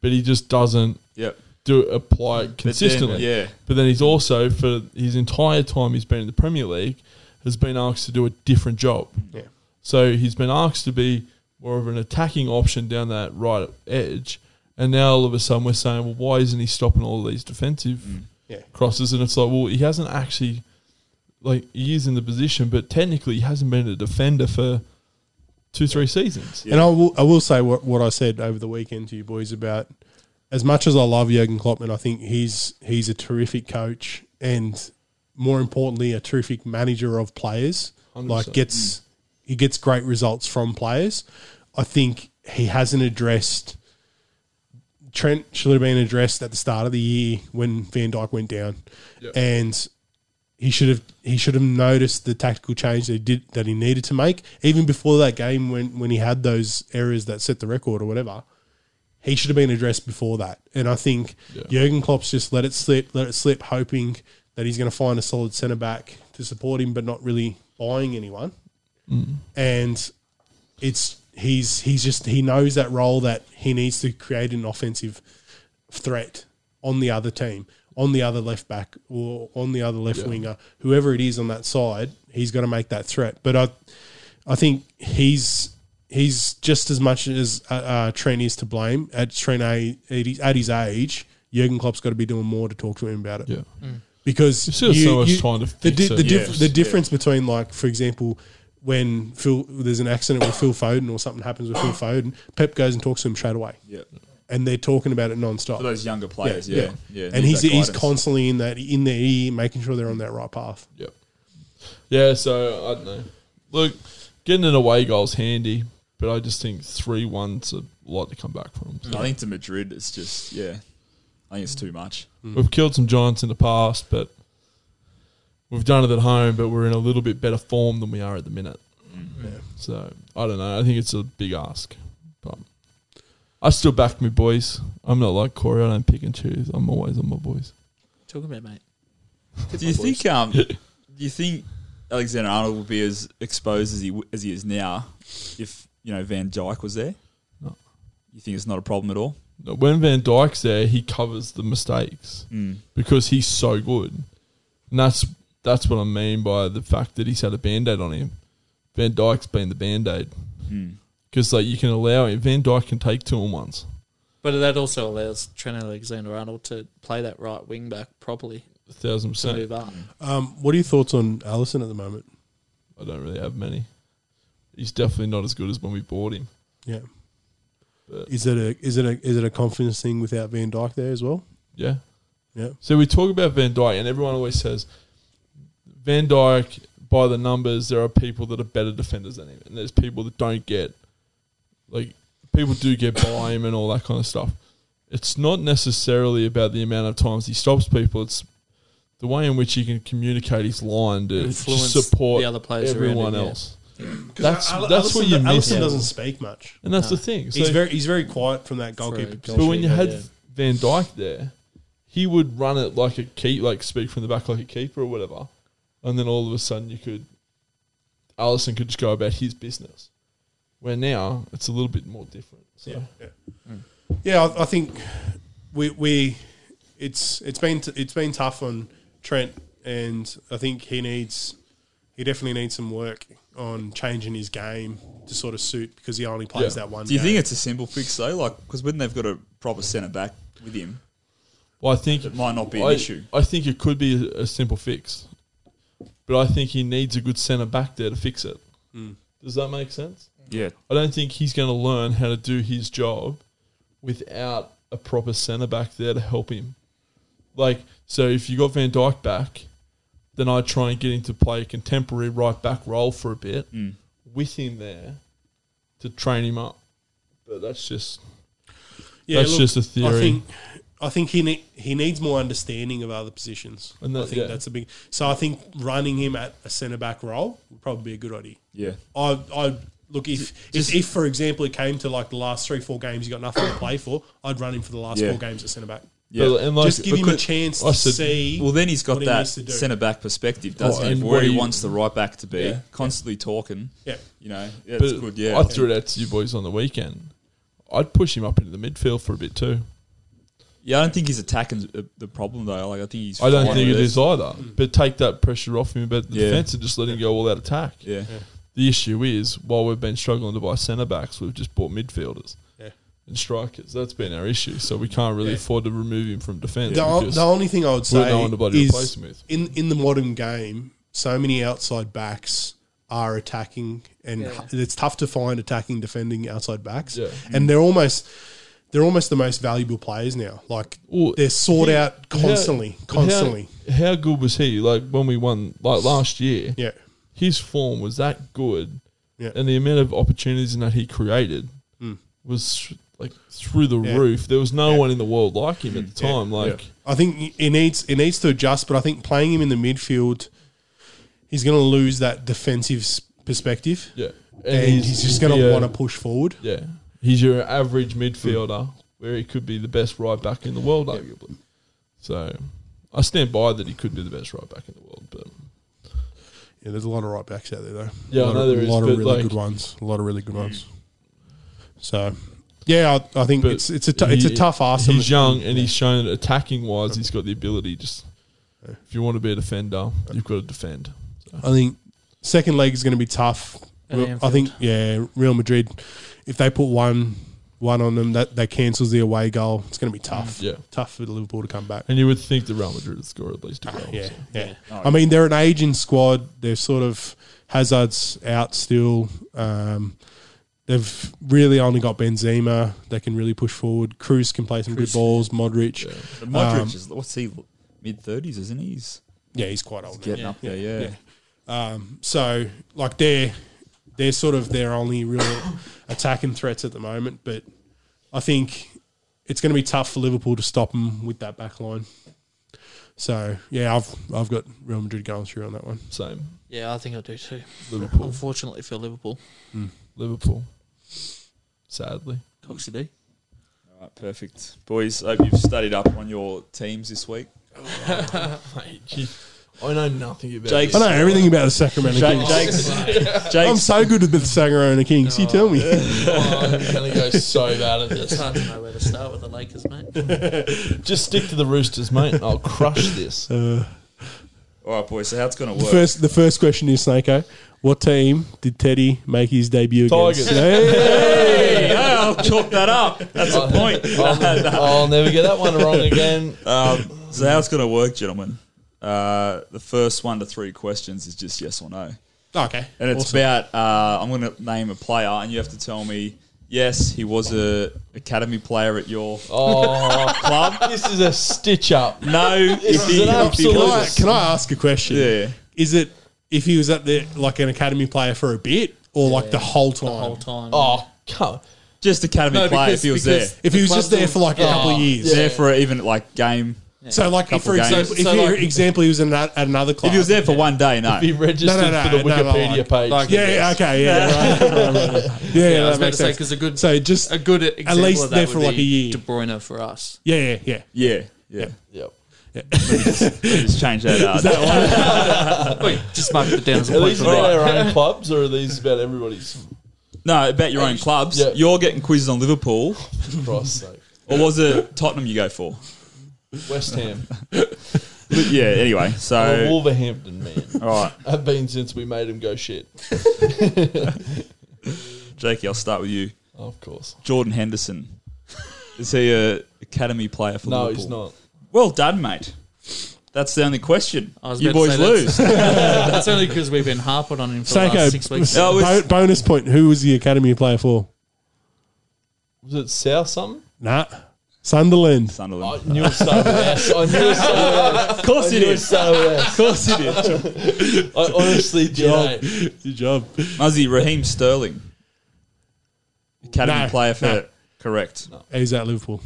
but he just doesn't
yeah,
do apply it
But then,
consistently.
yeah,
But then he's also for his entire time he's been in the Premier League has been asked to do a different job.
Yeah.
So he's been asked to be more of an attacking option down that right edge, and now all of a sudden we're saying, well, why isn't he stopping all of these defensive
Yeah.
crosses? And it's like, well, he hasn't actually like he is in the position, but technically he hasn't been a defender for two, three seasons.
And I will, I will say what, what I said over the weekend to you boys about as much as I love Jurgen Klopp and I think he's he's a terrific coach and more importantly a terrific manager of players.
100%.
Like gets he gets great results from players. I think he hasn't addressed Trent should have been addressed at the start of the year when Van Dyke went down.
Yep.
And he should have he should have noticed the tactical change they did that he needed to make even before that game when when he had those errors that set the record or whatever. He should have been addressed before that, and I think Jurgen Klopp's just let it slip, let it slip, hoping that he's going to find a solid centre back to support him, but not really buying anyone. And it's he's he's just he knows that role that he needs to create an offensive threat on the other team, on the other left back or on the other left winger, whoever it is on that side, he's got to make that threat. But I, I think he's he's just as much as uh, uh, Trent is to blame at Trent a, at, his, at his age. Jurgen Klopp's got to be doing more to talk to him about it.
Yeah.
Because
still so much time to
the,
fix
di-
it.
the,
Yeah.
diff- the difference between like for example when Phil there's an accident with Phil Foden or something happens with Phil Foden, Pep goes and talks to him straight away,
Yeah.
and they're talking about it nonstop.
For those younger players, yeah.
Yeah,
Yeah.
and
need
he's
that
he's
guidance.
constantly in that in their ear, making sure they're on that right path.
Yep. Yeah, so I don't know. Look, getting an away goal's handy, but I just think 3 1's a lot to come back from. So
I think to Madrid, it's just, yeah. I think it's too much.
We've killed some Giants in the past, but we've done it at home, but we're in a little bit better form than we are at the minute. So I don't know. I think it's a big ask. But I still back my boys. I'm not like Corey. I don't pick and choose. I'm always on my boys.
Talk about it, mate.
Do you think? Um, do you think Alexander Arnold would be as exposed as he w- as he is now if you know Van Dyke was there?
No.
You think it's not a problem at all?
When Van Dyke's there, he covers the mistakes.
Mm.
because he's so good. And that's that's what I mean by the fact that he's had a band aid on him. Van Dyke's been the band aid.
hmm.
Because like you can allow him Van Dyke can take two on ones.
But that also allows Trent Alexander Arnold to play that right wing back properly
A thousand
to
percent.
move up.
Um, what are your thoughts on Allison at the moment?
I don't really have many. He's definitely not as good as when we bought him.
Yeah,
But-
is it a is it a is it a confidence thing without Van Dyke there as well?
Yeah.
Yeah.
So we talk about Van Dyke and everyone always says Van Dyke by the numbers there are people that are better defenders than him and there's people that don't get like people do get by him and all that kind of stuff. It's not necessarily about the amount of times he stops people. It's the way in which he can communicate his line to
Influence
support
the other players around
everyone
him, yeah.
else. That's that's what you miss.
Allison doesn't speak much.
And that's
No.
the thing. So,
he's very he's very quiet from that goalkeeper.
Very
position.
but when you had
Yeah.
Van Dyke there, he would run it like a keep, like speak from the back like a keeper or whatever, and then all of a sudden you could, Allison could just go about his business. Where now it's a little bit more different. So
Yeah, yeah. yeah I, I think we we it's it's been t- it's been tough on Trent, and I think he needs he definitely needs some work on changing his game to sort of suit because he only plays
Yeah.
that one.
Do you
game.
think it's a simple fix though? Like because when they've got a proper centre back with him,
well, I think
it might not be an
I,
issue.
I think it could be a, a simple fix, but I think he needs a good centre back there to fix it.
Hmm.
Does that make sense?
Yeah,
I don't think he's going to learn how to do his job without a proper centre back there to help him. Like, so if you got Van Dyke back, then I'd try and get him to play a contemporary right back role for a bit with him there to train him up. But that's just
Yeah,
That's just a
I
theory.
think I think he ne- he needs more understanding of other positions.
And that-
I think
yeah.
that's a big. So I think running him at a centre back role would probably be a good idea.
yeah.
I I look if if, if for example it came to like the last three four games you got nothing to play for, I'd run him for the last
Yeah.
four games at centre back.
Yeah.
But- and like,
just give him a
because-
chance
I
to
said-
see.
Well, then he's got
what he
that
needs to do.
centre back perspective, doesn't
Oh,
he?
and
Where he
what he-
wants the right back to be,
Yeah.
constantly talking.
Yeah.
you know, yeah, that's
But
good. Yeah,
I threw it out to you boys on the weekend. I'd push him up into the midfield for a bit too.
yeah. I don't think he's attacking the- the problem though. Like I think he's.
I don't
fine
think it
with
is either. But take that pressure off him about the
Yeah.
defence and just let him go all out attack.
Yeah.
The issue is, while we've been struggling to buy centre backs, we've just bought midfielders
Yeah.
and strikers. That's been our issue. So we can't really
Yeah.
afford to remove him from defence.
The, o-
because-
the only thing I would say
no one to bloody replace
is
him with.
in in the modern game, so many outside backs are attacking, and
Yeah.
h- it's tough to find attacking, defending outside backs,
Yeah.
and they're almost they're almost the most valuable players now. Like
Well,
they're sought
yeah,
out constantly,
How-
constantly.
How, how good was he? Like when we won, like last year,
yeah,
his form was that good,
Yeah. Hmm.
and the amount of opportunities and that he created was like through the
Yeah.
roof. There was no one in the world like him at the
Yeah,
time. Like
yeah. I think it needs it needs to adjust, but I think playing him in the midfield, he's going to lose that defensive s- perspective,
yeah,
and, he's, just going to
yeah,
want to push forward.
Yeah, he's your average midfielder, where he could be the best right back in the world, arguably. So, I stand by that he could be the best right back in the world, but.
Yeah, there's a lot of right backs out there though.
Yeah,
a
I
lot,
know
of,
there is,
lot of
but,
really
like-
good ones. A lot of really good ones. So, yeah, I, I think
But
it's it's a t- it's a
he-
tough ask.
He's young and he's shown that attacking wise, he's got the ability. Just if you want to be a defender, you've got to defend. So,
I think second leg is going to be tough.
At
Real- I
Anfield.
think yeah, Real Madrid. If they put one one on them, that that cancels the away goal. It's going to be tough.
yeah,
tough for Liverpool to come back.
and you would think the Real Madrid would score at least two goals.
Yeah,
so.
yeah.
Oh,
I mean, they're an aging squad. They're sort of Hazard's out still. Um, they've really only got Benzema. They can really push forward. Cruz can play some good balls. Modric, yeah,
But Modric
Um,
is what's he mid thirties, isn't he? He's
he's quite old. now.
getting up there. Yeah.
yeah. Um, so like they're they're sort of their only real attacking threats at the moment. But I think it's going to be tough for Liverpool to stop them with that back line. So yeah, I've I've got Real Madrid going through on that one.
same.
Yeah, I think I do too.
Liverpool,
Unfortunately for Liverpool,
Liverpool. Sadly,
Coxie D.
All right, perfect, boys. Hope you've studied up on your teams this week.
Mate, gee, I know nothing about
Jake's-
this.
I know everything about the Sacramento
Jake,
Kings.
Jake's,
I'm
Jake's,
so good with the Sacramento Kings. You tell me.
I'm gonna go so bad at
It's
this.
hard to know where to start with the Lakers, mate.
Just stick to the Roosters, mate. I'll crush this.
Uh,
all right, boys. So how it's going to
the
work?
first, the first question is Snakeo. What team did Teddy make his debut
Tigers.
against? Hey!
Hey, I'll chalk that up. That's a point.
I'll never get that one wrong again.
Um, so how it's going to work, gentlemen? Uh, the first one to three questions is just yes or no,
okay,
and it's
Awesome.
about uh, I'm going to name a player, and you have to tell me yes, he was a academy player at your
Oh,
club.
this is a stitch up.
No, if
is
he,
an
if he
absolute-
Can
was,
I, can I ask a question?
yeah.
Is it if he was at the like an academy player for a bit or like the whole time?
The whole time.
Oh, come.
Just academy
No,
player
because-
if he was there.
because-
If he was
The Oh,
just
club's
there for like a couple of years.
there for even like game.
So like if,
Couple
for example,
games.
if
So,
for
like-
example he was in that, at another club.
If he was there for one day, no.
Be registered
No, no, no,
for the
no, no,
Wikipedia
like-
page.
yeah, yeah, okay, yeah, right, right, right, right.
yeah, I
yeah, yeah,
was
that
about to
makes
say
sense.
because a good
So just
a good example
least
of
there
that
for
would
like
be
a year.
De Bruyne for us.
yeah, yeah, yeah.
Yeah, yeah.
Yep.
Just change that out.
Wait, just mark it down as a
Are
point
these
for
about
me.
our own clubs or are these about everybody's?
no, about your own clubs.
Yeah.
You're getting quizzes on Liverpool,
For Christ's sake.
or was it Tottenham you go for?
West Ham.
But yeah. Anyway,
I'm a
so
Wolverhampton man.
all right,
I've been since we made him go shit.
Jakey, I'll start with you.
Of course.
Jordan Henderson. Is he a academy player for
No,
Liverpool?
he's not.
Well done, mate. That's the only question.
I was
You
about to
boys
say
lose.
That's only because we've been harping on him for the
Sanko,
last six weeks.
No, it's-
bo- bonus point. Who was the academy player for?
Was it South something?
Nah, Sunderland.
I
Sunderland.
knew it started with S. I knew it started with S.
Of course
I
it
knew it
is.
started with
Of
S.
course it is.
I honestly did. eh?
Good job.
Muzzy Raheem Sterling, academy
No,
player for
no.
correct.
He's at Liverpool.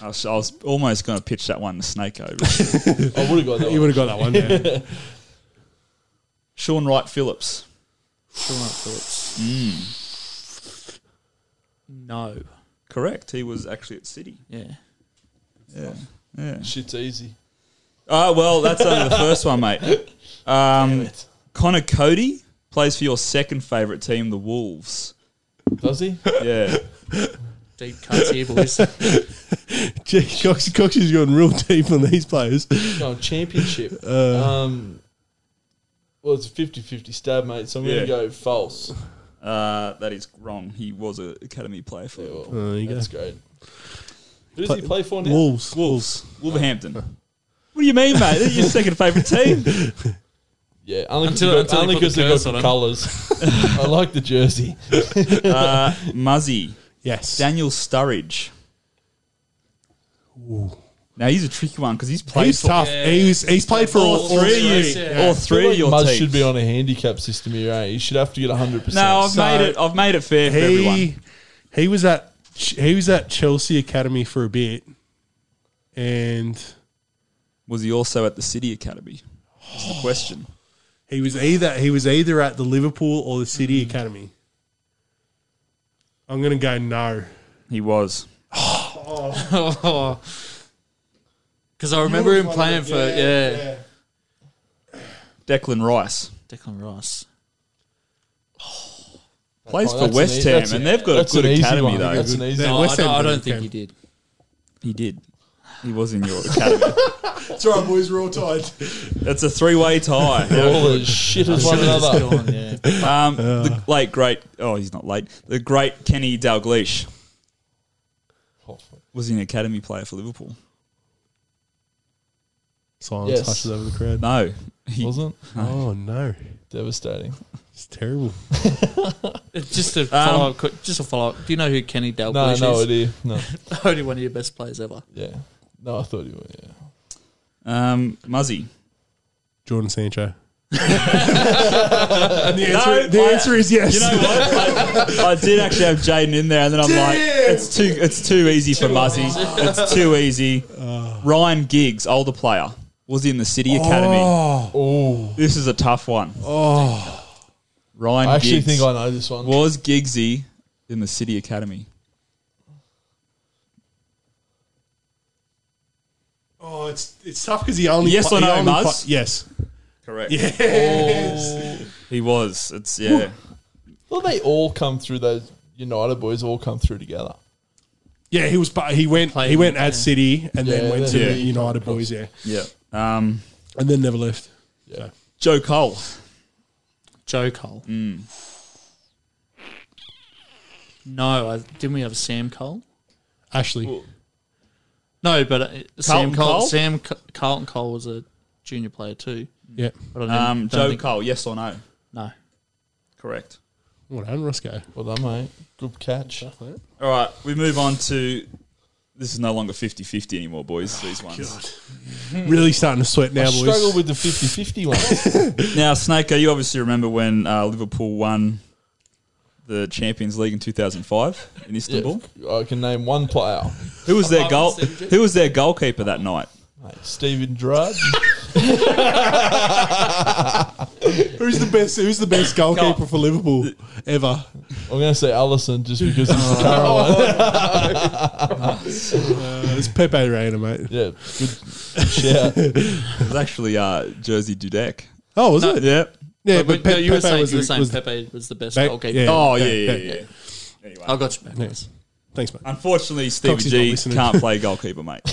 I was, I was almost going to pitch that one to Snake over.
I would have got that
You
one.
would have got that one. Yeah.
Sean Wright Phillips.
Sean Phillips. No.
Correct. He was actually at City.
Yeah.
Yeah. Yeah.
Shit's easy.
Oh, well, that's only the first one, mate. Um,
it.
Connor Cody plays for your second favourite team, the Wolves.
Does he?
Yeah.
Deep cuts here, boys.
Gee, Cox, Cox is going real deep on these players.
No, championship. um, well, it's a 50-50 stab, mate, so I'm
Yeah.
going to go false.
Uh, that is wrong. He was an academy player for
Yeah, well,
There Oh, you go.
that's great. Who does he play for now?
Wolves.
Wolves. Wolverhampton. What do you mean, mate? They're your second favourite team.
Yeah, only
Until-
because
until
only
you put
'cause
the
they've
curse on
got
him.
colours. I like the jersey.
Uh, Muzzy.
Yes.
Daniel Sturridge. Now, he's a tricky one because he's played
He's
for
tough. He's he's played for all,
all
all
three.
three.
yeah.
All three of
Like
your
Muzz
teams.
should be on a handicap system here, eh? You should have to get 100%.
No, I've
So-
made it. I've made it fair for everyone.
He he was at Ch- he was at Chelsea Academy for a bit, and
Was he also at the City Academy? That's the question.
he was either he was either at the Liverpool or the City Academy. I'm gonna go no.
He was.
Because I remember him playing for yeah,
Declan Rice
Declan Rice.
plays
Oh,
for
that's an
West
e-
Ham,
that's
and
a-
they've got a
that's
good
an easy
academy
one.
though.
That's an easy
No,
one.
No, I
West
don't,
Ham
I
did
don't
it,
think
Cam.
he did.
He did. He was in your academy.
It's all right, boys. We're all tied.
That's a three-way tie.
All the shit as one another.
Still on, yeah.
Um, the late great. Oh, he's not late. The great Kenny Dalglish was an academy player for Liverpool.
Silence
Yes.
hushes over the crowd.
No, he,
Wasn't
Oh no,
devastating.
it's terrible.
It's Just
Um,
a follow up. quick- Just a follow up. Do you know who Kenny
No,
Dalglish
no
is?
idea. No,
Only one of your best players ever.
yeah, no. I thought you were. Yeah.
um, Muzzy.
Jordan Sancho.
The
answer- the answer is yes.
You know what? I, I did actually have Jaden in there, and then I'm like, it's too, it's too easy for Muzzy. It's too easy. Ryan Giggs, older player, was in the City Academy.
Oh,
This is a tough one. Oh, Ryan.
I actually
Giggs
think I know this one.
was Giggsy in the City Academy.
oh, it's it's tough because he only
Yes
pla-
or
he
no,
only
Muzz?
pla- yes.
Correct.
Yes.
He was. It's yeah.
Well, they all come through. Those United boys all come through together.
Yeah, he was. pa- He went. He went at City and
Yeah,
then went to
then
the
he-
United boys. Yeah,
yeah. Um,
and then never left.
Yeah.
Joe Cole.
Joe Cole.
Mm.
No, I, didn't we have Sam Cole?
Ashley.
No, but uh, Sam Cole,
Cole?
Sam C- Carlton Cole was a junior player too.
Yeah.
But I didn't,
Um,
don't
Joe
think-
Cole. Yes or no?
No.
Correct.
What happened, Roscoe?
Well done, mate. Good catch.
All right. We move on to. This is no longer 50-50 anymore, boys. these ones.
really starting to sweat now,
I
boys.
struggle with the 50-50 one.
Now, Snaker, you obviously remember when uh, Liverpool won the Champions League in two thousand five in Istanbul.
Yeah, I can name one player.
Who was their goal?
Apart from Sergio.
Who was their goalkeeper that night?
Mate, Steven Gerrard.
who's the best? Who's the best goalkeeper
Go.
for Liverpool ever?
I'm going to say Allison just because he's the current one.
Uh, it's Pepe Reina, mate.
Yeah, good shout.
It was actually uh, Jersey Dudek.
Oh, was
No.
it?
Yep.
Yeah,
but,
but,
no,
Pe-
you were
Pepe
saying,
was,
you were
the-
saying
was the-
Pepe was the best
Ba-
goalkeeper.
yeah.
Oh yeah, yeah,
yeah.
yeah. yeah. Anyway.
I got you back.
Yes.
guys.
Thanks, mate.
Unfortunately, Stevie
Cox is not
G
listening.
can't play goalkeeper, mate.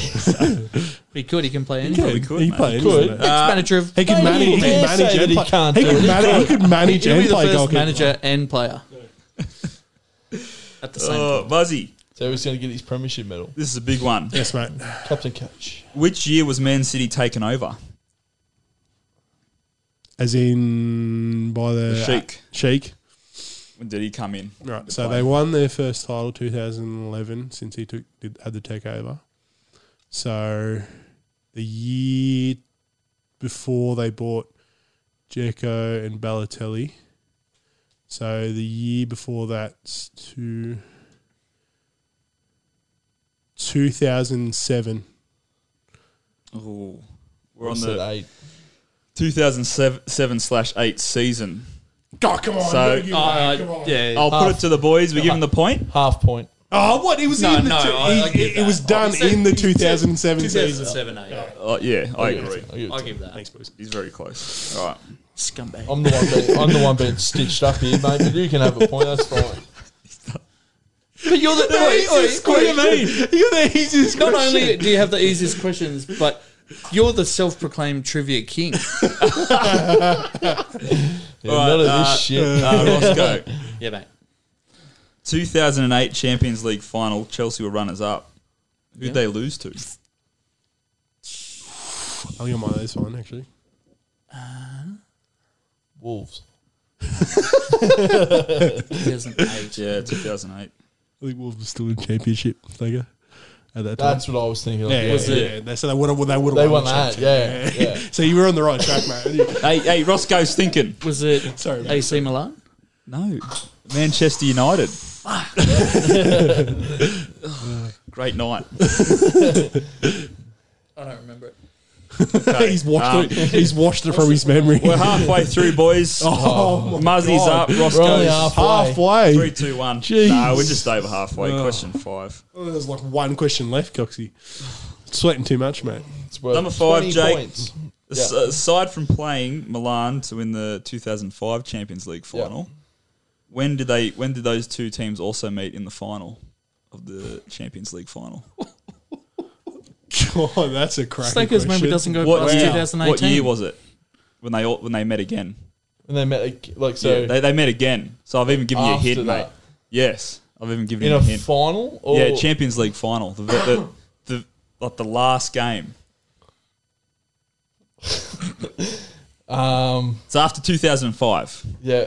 He could. He can play
Yeah,
anything.
we could,
he
mate.
played.
Could.
Could.
Ex manager of.
He could manage. He
Maybe he
could
can
manage.
say that
and
he
play-
can't
He
do
could
it.
manage. He could manage
He'll
and
be the
play
first
goalkeeper.
manager and player at the same
Uh,
time.
Muzzy,
So he's going to get his premiership medal.
this is a big one.
Yes, mate.
Captain catch.
Which year was Man City taken over?
As in by the,
The Sheik.
Sheik.
When did he come in?
Right. So they won their first title 2011 since he took did, had the takeover. So the year before they bought Jeko and Balotelli. So the year before that's to 2007.
Ooh. We're
Or
on
is it
the
eight?
2007 slash 8 season.
God, come on.
So-
you,
Uh,
mate,
uh,
come on.
yeah.
I'll put it to the boys. We give them the point.
Half point.
Oh, what? It was
No,
in the
no,
two-
I-
he-
I get
it was
that.
done
He said-
in the
he said
2007 season.
2007 8.
Uh, yeah, I agree.
I'll give that.
Thanks, boys.
He's very close. All right.
Scumbag.
I'm the one being, I'm the one being stitched up here, mate. But you can have a point. That's fine.
But you're the, wait, wait,
What do you
wait.
mean?
You're the easiest
Not only do you have the easiest questions, but you're the self-proclaimed trivia king.
Yeah,
All right,
none of
uh,
this shit.
Uh, Roscoe.
yeah, mate.
2008 Champions League final. Chelsea were runners up. Who'd they lose to?
I think I might have this one actually.
Wolves.
2008.
Yeah, 2008.
I think Wolves were still in championship Sega at that time.
That's what I was thinking.
yeah, yeah,
Was
yeah,
it-
yeah. They- So they would have. They would
They
have
won
won. the
that.
championship.
Yeah, yeah.
So you were on the right track, mate.
hey, hey, Roscoe's thinking.
Was it
Sorry, mate.
AC Milan?
No, Manchester United. Great night.
I don't remember it.
he's watched
Um,
it. He's watched it from his memory.
We're halfway through, boys.
Oh,
Muzzy's up. Ross
We're only
goes.
halfway.
halfway.
Three, two, one.
Jeez.
Nah, we're just over halfway. Question five.
Oh, there's like one question left, Coxie. Sweating too much, mate.
It's worth
Number five,
20
Jake.
points.
As- Aside from playing Milan to win the 2005 Champions League final, when did they? When did those two teams also meet in the final of the Champions League final?
God, that's a cracking
Snakers
question.
memory doesn't go
What,
past
year,
2018.
what year was it when they all, when they met again?
And they met ag- like so
they, they met again. So I've even given you a
After
hint,
that.
mate. Yes, I've even given
in
you a,
a
hint.
final. Or
yeah, Champions League final. The, the, the, like the last game.
Um,
It's after 2005.
yeah.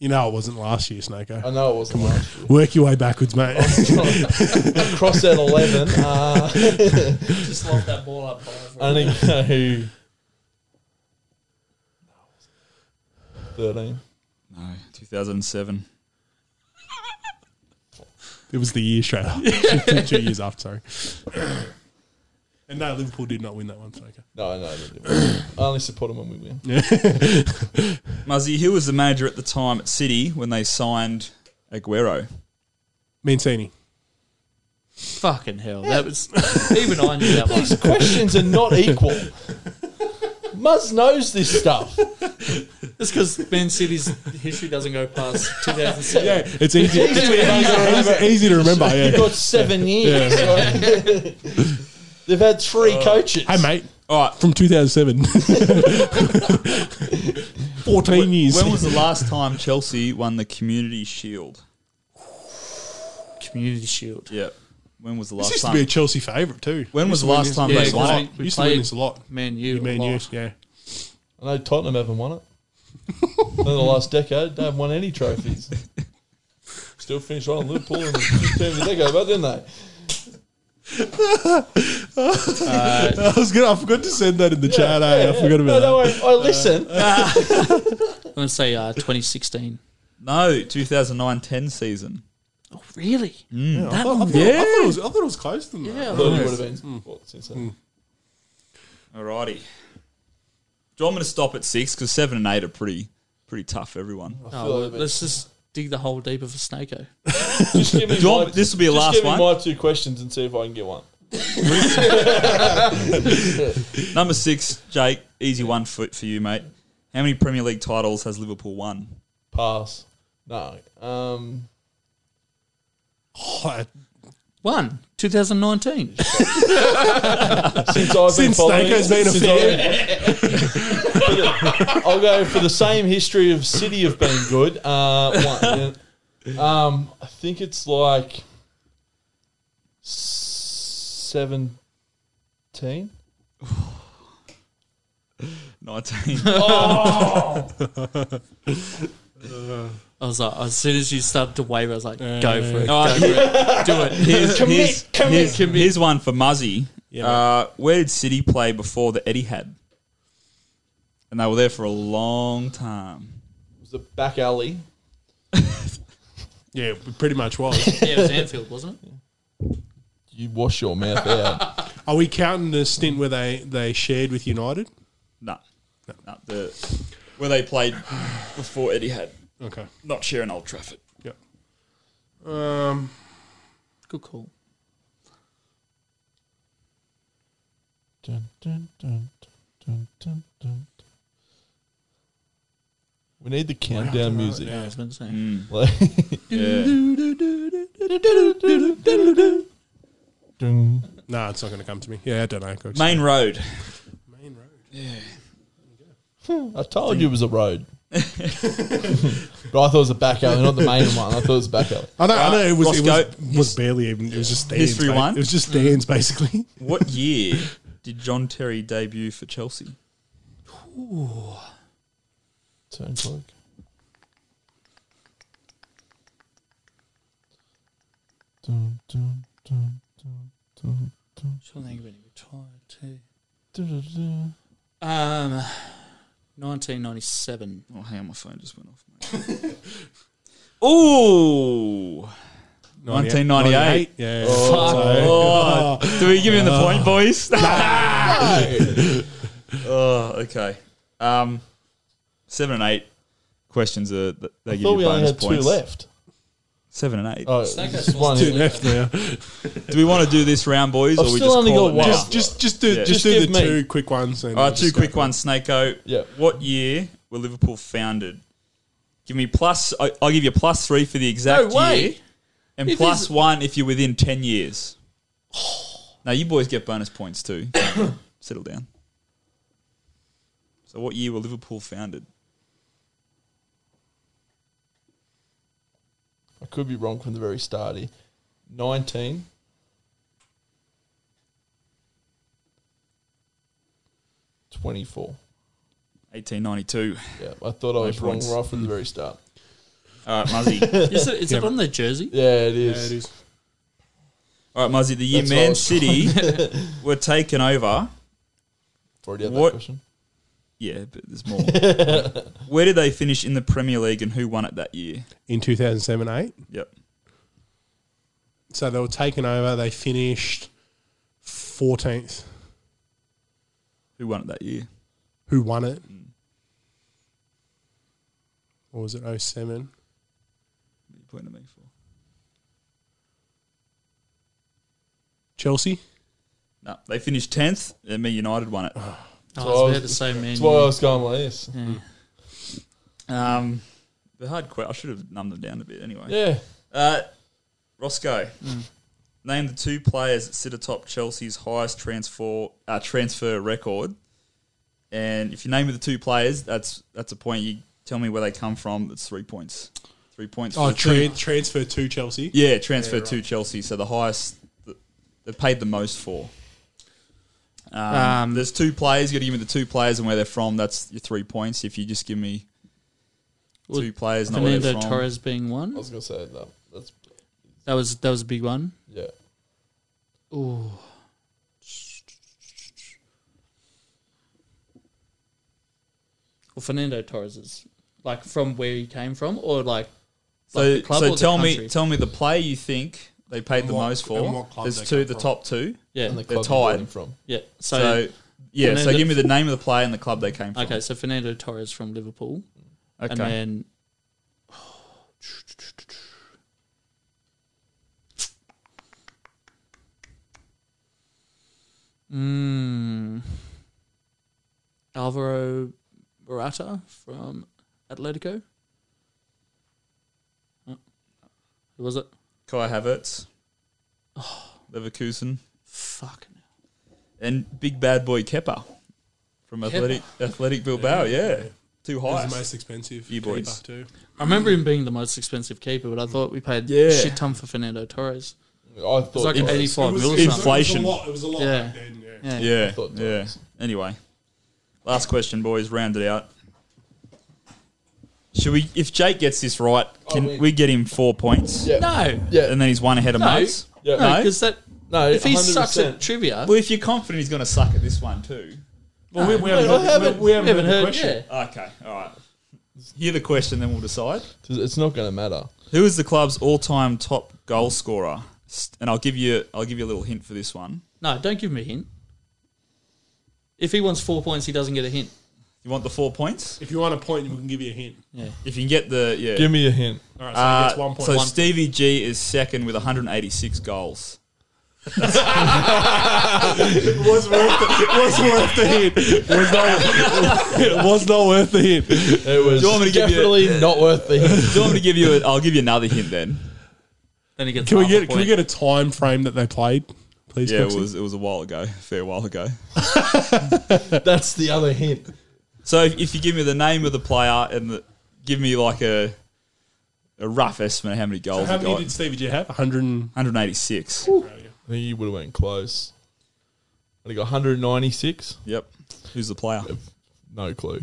You know, it wasn't last year, Snako.
I know it wasn't last year.
Work your way backwards, mate.
Cross out eleven. Uh,
Just lock that ball up.
only go thirteen.
No, 2007.
it was the year straight after. two, two years after, sorry. And no, Liverpool did not win that one, Snako.
No, no, they didn't. I only support them when we win.
Muzzy, who was the manager at the time at City when they signed Aguero?
Mancini.
Fucking hell. That was. Even I knew that one.
These questions are not equal. Muzz knows this stuff.
That's because Man City's history doesn't go past 2007.
It's easy, easy, easy, to remember,
You've
yeah.
got seven years. right? They've had three
Uh,
coaches.
Hey, mate,
All right.
from 2007. 14 years.
When was the last time Chelsea won the Community Shield?
Community Shield.
Yeah. When was the
this
last
used to be a
time?
Chelsea favourite, too.
When was the last time
Yeah,
they
it's
won it?
like-
We
We
used to win
played-
this a lot.
Man U.
Man
a
U,
lot.
yeah.
I know Tottenham haven't won it. In the last decade, they haven't won any trophies. Still finished right on Liverpool in the terms of decade, but didn't they?
I was gonna, I forgot to send that in the chat. eh? I forgot
no,
about
no,
that.
I, Uh, I listen.
I'm going to say uh, 2016.
No, 2009 10 season.
Oh, really?
I, thought, I, thought, I, thought it was, I thought it was close to that.
Yeah.
I thought it would have
Hmm.
been what, since then.
Alrighty. Do you want me to stop at six? Because seven and eight are pretty pretty tough for everyone.
Oh, well, let's just dig the hole deeper for Snako.
Just give me
Do you
my,
want- this will be the
just
last
give me
one?
my two questions and see if I can get one.
Number six, Jake, easy one for, for you, mate. How many Premier League titles has Liverpool won?
Pass. No. Um,
Oh,
One, 2019.
since I've been
Since
following,
Snake's been a
since I've- I'll go for the same history of City have been good. Uh, one. Um, I think it's like seventeen.
19.
I was like, as soon as you started to waver, I was like, go for it. go
Alright,
for it.
do it. Here's,
Commit,
here's,
commit,
here's, here's one for Muzzy.
Yeah,
uh, where did City play before the Etihad? And they were there for a long time.
It was the back alley.
yeah, it pretty much was.
Yeah, it was Anfield, wasn't it?
You wash your mouth out.
Are we counting the stint where they, they shared with United?
No, no, the where they played before Etihad,
Okay.
not sharing Old Trafford.
Yep. Um,
Good call.
Dun, dun, dun, dun, dun, dun. We need the countdown music.
uh,
I was going to say.
Like-
Yeah,
Dun.
no, it's not going to come to me. Yeah, I don't know. Cox.
Main Road.
Main road.
I told you it was a road. but I thought it was a back alley, not the main one. I thought it was a back alley.
I know. I know. It was. it was,
Roscoe,
was barely even. It was just stands.
History
mate.
one.
It was just stands
Mm.
basically.
What year did John Terry debut for Chelsea?
Turn clock. Dun, dun, dun, dun, dun, dun,
Sure thing when he retired too.
dun, dun, dun.
Um, 1997.
Oh, hang on, my phone just went off. Mate. Ooh. 1998.
Yeah.
Fuck.
Oh, do we give him the point, boys? oh, okay. Um, seven and eight questions are th- they give
thought
you
we only
bonus
had
points.
two left.
Seven and eight.
Oh,
Snake
just
has
one.
lost
Two left now.
Do we want to do this round, boys,
I've
or we
still
just
only
call
got
it now?
one.
Just, just, just do,
Yeah.
just do
Just
the
give me.
two quick ones. And
All
we'll
right, two
just go.
quick ones, Snakeo.
Yeah.
What year were Liverpool founded? Give me plus. I, I'll give you plus three for the exact
No way.
year, and
If
plus
he's-
one if you're within ten years. now you boys get bonus points too. Settle down. So, what year were Liverpool founded?
I could be wrong from the very start here. 19. Twenty-four.
1892.
Yeah, I thought I was wrong
points.
right from the very start.
All right, Muzzy.
Is it, is it on the jersey?
Yeah, it
Yeah,
is.
it is.
All right, Muzzy. The year
That's what I
Man
was
City were taken over.
Already had
What-
that question.
Yeah, but there's more. Where did they finish in the Premier League, and who won it that year?
In 2007 8.
Yep.
So they were taken over. They finished 14th.
Who won it that year?
Who won it? Or was it 07?
What are you pointing at me for?
Chelsea?
No, they finished tenth, and Man United won it.
So
Oh, it's
I
about the
was-
same man.
That's why I was going like this.
Um, the hard question. I should have numbed them down a bit anyway.
Yeah.
Uh, Roscoe, name the two players that sit atop Chelsea's highest transfer uh, transfer record. And if you name me the two players, that's that's a point. You tell me where they come from. That's three points. Three points.
Oh,
for two.
tran- transfer to Chelsea.
Yeah, transfer to Chelsea. So the highest th- they've paid the most for. Um,
Um,
there's two players. You got to give me the two players and where they're from. That's your three points. If you just give me
Well,
two players, not where
Fernando
they're from.
Torres being
I
one.
was going to say that. That's,
That was that was a big one.
yeah.
Ooh. Well, Fernando Torres is like from where he came from, or like
So,
the club or
so
the
tell me,
country?
tell me the player you think they paid
And
the
what-
most
and
for.
what club
There's
they
two,
come
the
from.
top two.
yeah,
And the
They're
club you bought
tied.
him from.
yeah. So,
So, yeah. So
Fernando-
give me the name of the player and the club they came from.
okay, so Fernando Torres from Liverpool, and
Okay.
then mm, Alvaro Morata from Atletico. Oh, Who was it?
Kai Havertz, Leverkusen,
Fuck. no.
and big bad boy Kepa from Athletic Athletic Bilbao. Yeah, two
It was
highs.
the most expensive.
You boys.
keeper too.
I remember him being the most expensive keeper, but I thought we paid
Yeah.
shit ton for Fernando Torres.
I thought.
like
it was-
85
It was-
mil or
it was-
something.
Inflation.
It was a lot, it was a lot
Yeah.
back then,
Yeah.
yeah.
Yeah.
thought that
Yeah.
was-
Anyway, last question, boys. Round it out. Should we? If Jake gets this right, can
win.
we get him four points?
Yeah.
No.
Yeah.
And then he's one ahead of
No.
Mates.
Yeah.
No,
No?
because that
no,
if he sucks at
100%.
trivia,
Well, if you're confident he's going to suck at this one too.
well, we,
haven't- I haven't-
we haven't heard, yeah.
Okay. All right. Hear the question, then we'll decide.
It's not going to matter.
Who is the club's all-time top goal scorer? And I'll give you, I'll give you a little hint for this one.
No, don't give me a hint. If he wants four points, he doesn't get a hint.
You want the four points?
If you want a point, we can give you a hint.
Yeah.
If you can get the, yeah.
Give me a hint.
All right, so
Uh,
it's one point.
so
one.
Stevie G is second with 186 goals.
it was worth the, it was worth the hint. It was not, it was not worth the hint.
It was
you want me to give you-
definitely not worth the hint.
Do you want me to give you? A, I'll give you another hint then.
Then he gets.
Can we
half a
get can we
point.
get a time frame that they played, please?
Yeah, it
Coxie?
was it was a while ago, a fair while ago.
That's the other hint.
So if, if you give me the name of the player and the, give me like a a rough estimate of how many goals
How
he
many
got,
did Stevie G have? 100. And,
186.
I think you would have went close. I got 196.
Yep. Who's the player? It
No clue.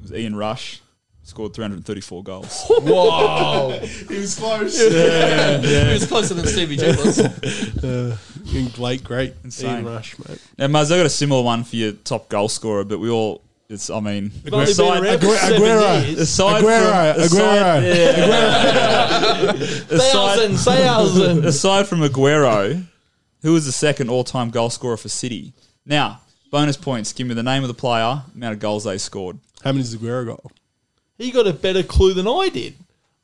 was Ian Rush. Scored 334 goals.
Wow.
he was close.
He was closer than Stevie J was.
Blake, great.
Insane.
Ian Rush, mate.
now, Muzz, I got a similar one for your top goal scorer, but we all It's, I mean,
Aguero-
aside,
around
Agu-
for seven
Aguero.
years.
aside
Aguero,
from, aside,
Aguero.
Yeah. aside,
Thousand, thousand.
aside from Aguero, who was the second all-time goal scorer for City? Now, bonus points. Give me the name of the player, amount of goals they scored.
How many does Aguero got?
He got a better clue than I did.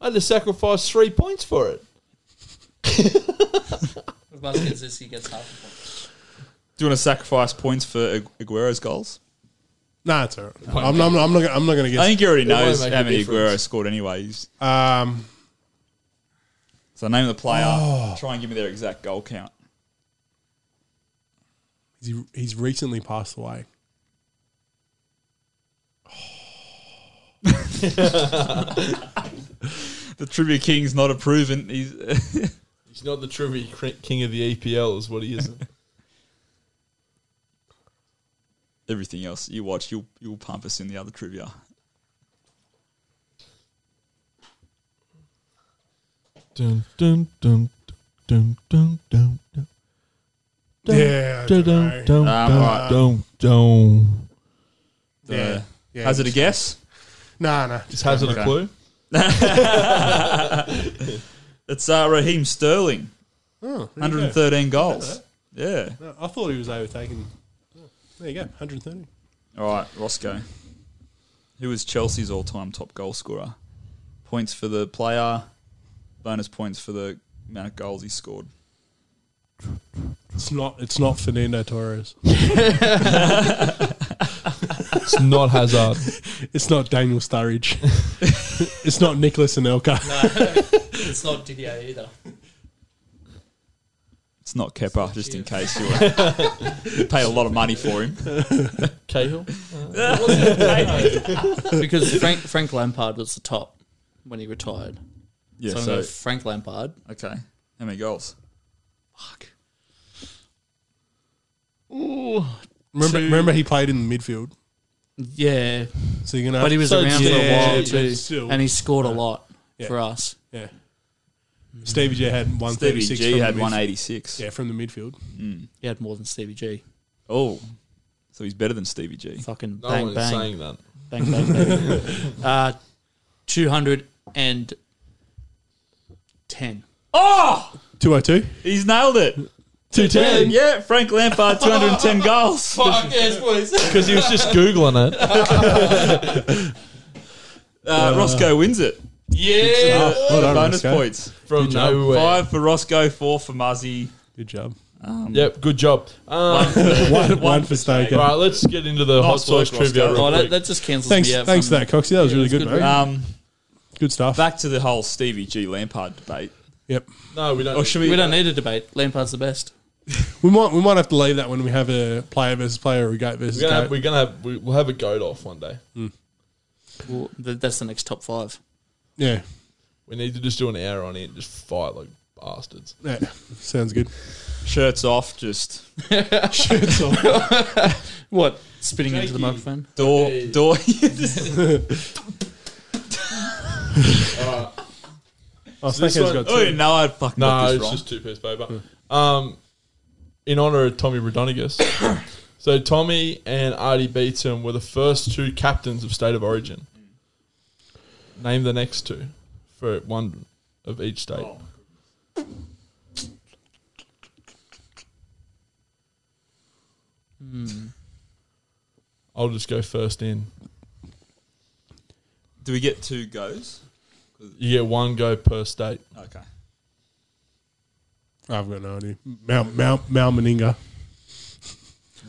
I had to sacrifice three points for it.
Vasquez this, he gets half a point.
Do you want to sacrifice points for Agu- Aguero's goals?
Nah, it's all right. I'm, I'm, I'm not. gonna- I'm not going
I
to guess.
think he already knows
won't make
how
a
many Aguero
difference.
scored anyways.
Um,
So name of the player.
Oh.
Try and give me their exact goal count.
he, he's recently passed away.
The trivia king's not approving. He's
He's not the trivia cr- king of the EPL, is what he is.
everything else you watch. You'll you'll pump us in the other trivia.
dun, dun, dun, dun, dun, dun, dun.
Yeah, I
Dun,
don't know.
dun, dun,
Um,
dun,
alright.
dun, dun.
Uh,
Yeah. Yeah,
Hazard a
just-
guess.
Nah, nah. Just
Just has it
Okay.
a clue?
It's uh, Raheem Sterling,
oh, there you go.
113 goals. Yeah.
No, I thought he was overtaken. There you go, 130.
All right, Roscoe. Who was Chelsea's all-time top goal scorer? Points for the player, bonus points for the amount of goals he scored.
It's not. It's not Fernando Torres.
It's not Hazard.
It's not Daniel Sturridge. it's not Nicholas Anelka.
It's not Didier either.
It's not Kepa, just in case you were you pay a lot of money for him.
Cahill? because Frank, Frank Lampard was the top when he retired.
Yeah,
so I'm going to go
so
Frank Lampard.
okay, how many goals?
Fuck.
Remember, remember, he played in the midfield.
Yeah,
So you're gonna.
but he was
So
around for a
yeah,
while
but
too,
still.
and he scored a lot
Yeah.
for us.
yeah. Stevie J had
Stevie
136.
G
from
had
the midf-
186.
Yeah, from the midfield.
He had more than Stevie G.
Oh, so he's better than Stevie G.
Fucking
No
bang
one
bang.
is saying that.
bang bang bang. uh, two hundred and ten.
Oh,
202.
he's nailed it.
210.
Yeah, Frank Lampard, 210 goals.
Fuck yes, boys.
Because he was just Googling it.
Uh, Roscoe wins it.
yeah.
Oh, well done,
bonus
Roscoe.
points.
From nowhere.
Five for Roscoe, four for Muzzy.
Good job.
Yep, good job. Um,
One, one for Staker.
right, let's get into the hot
Nice work,
sauce trivia.
Roscoe.
real
Oh, that,
quick.
that just cancels
Thanks,
me out.
thanks for
from-
that, Coxie. That was really good,
good,
mate.
right?
Um,
good stuff.
back to the whole Stevie G Lampard debate.
Yep.
no, we don't.
Or should we?
Oh, We don't need a debate. Lampard's the best.
We might we might have to leave that when we have a player versus player or a goat versus
We're gonna, have,
goat.
we're gonna have we- we'll have a goat off one day.
Well, th- that's the next top five.
yeah.
We need to just do an hour on it, and just fight like bastards.
Yeah. Sounds good.
Shirts off, just
What? Spitting into the
Jakey.
microphone.
door,
Hey.
door.
Oh,
So this
Staker's
one-
got
oh,
two.
no, I fucking
No,
got this
it's
wrong.
just two piece paper. Um, in honor of Tommy Rodonigus. so Tommy and Artie Beaton were the first two captains of State of Origin. Name the next two for one of each state.
Oh.
Hmm.
I'll just go first in.
Do we get two goes?
You get one go per state.
Okay.
I've got no idea. Mal Mal Mal Meninga.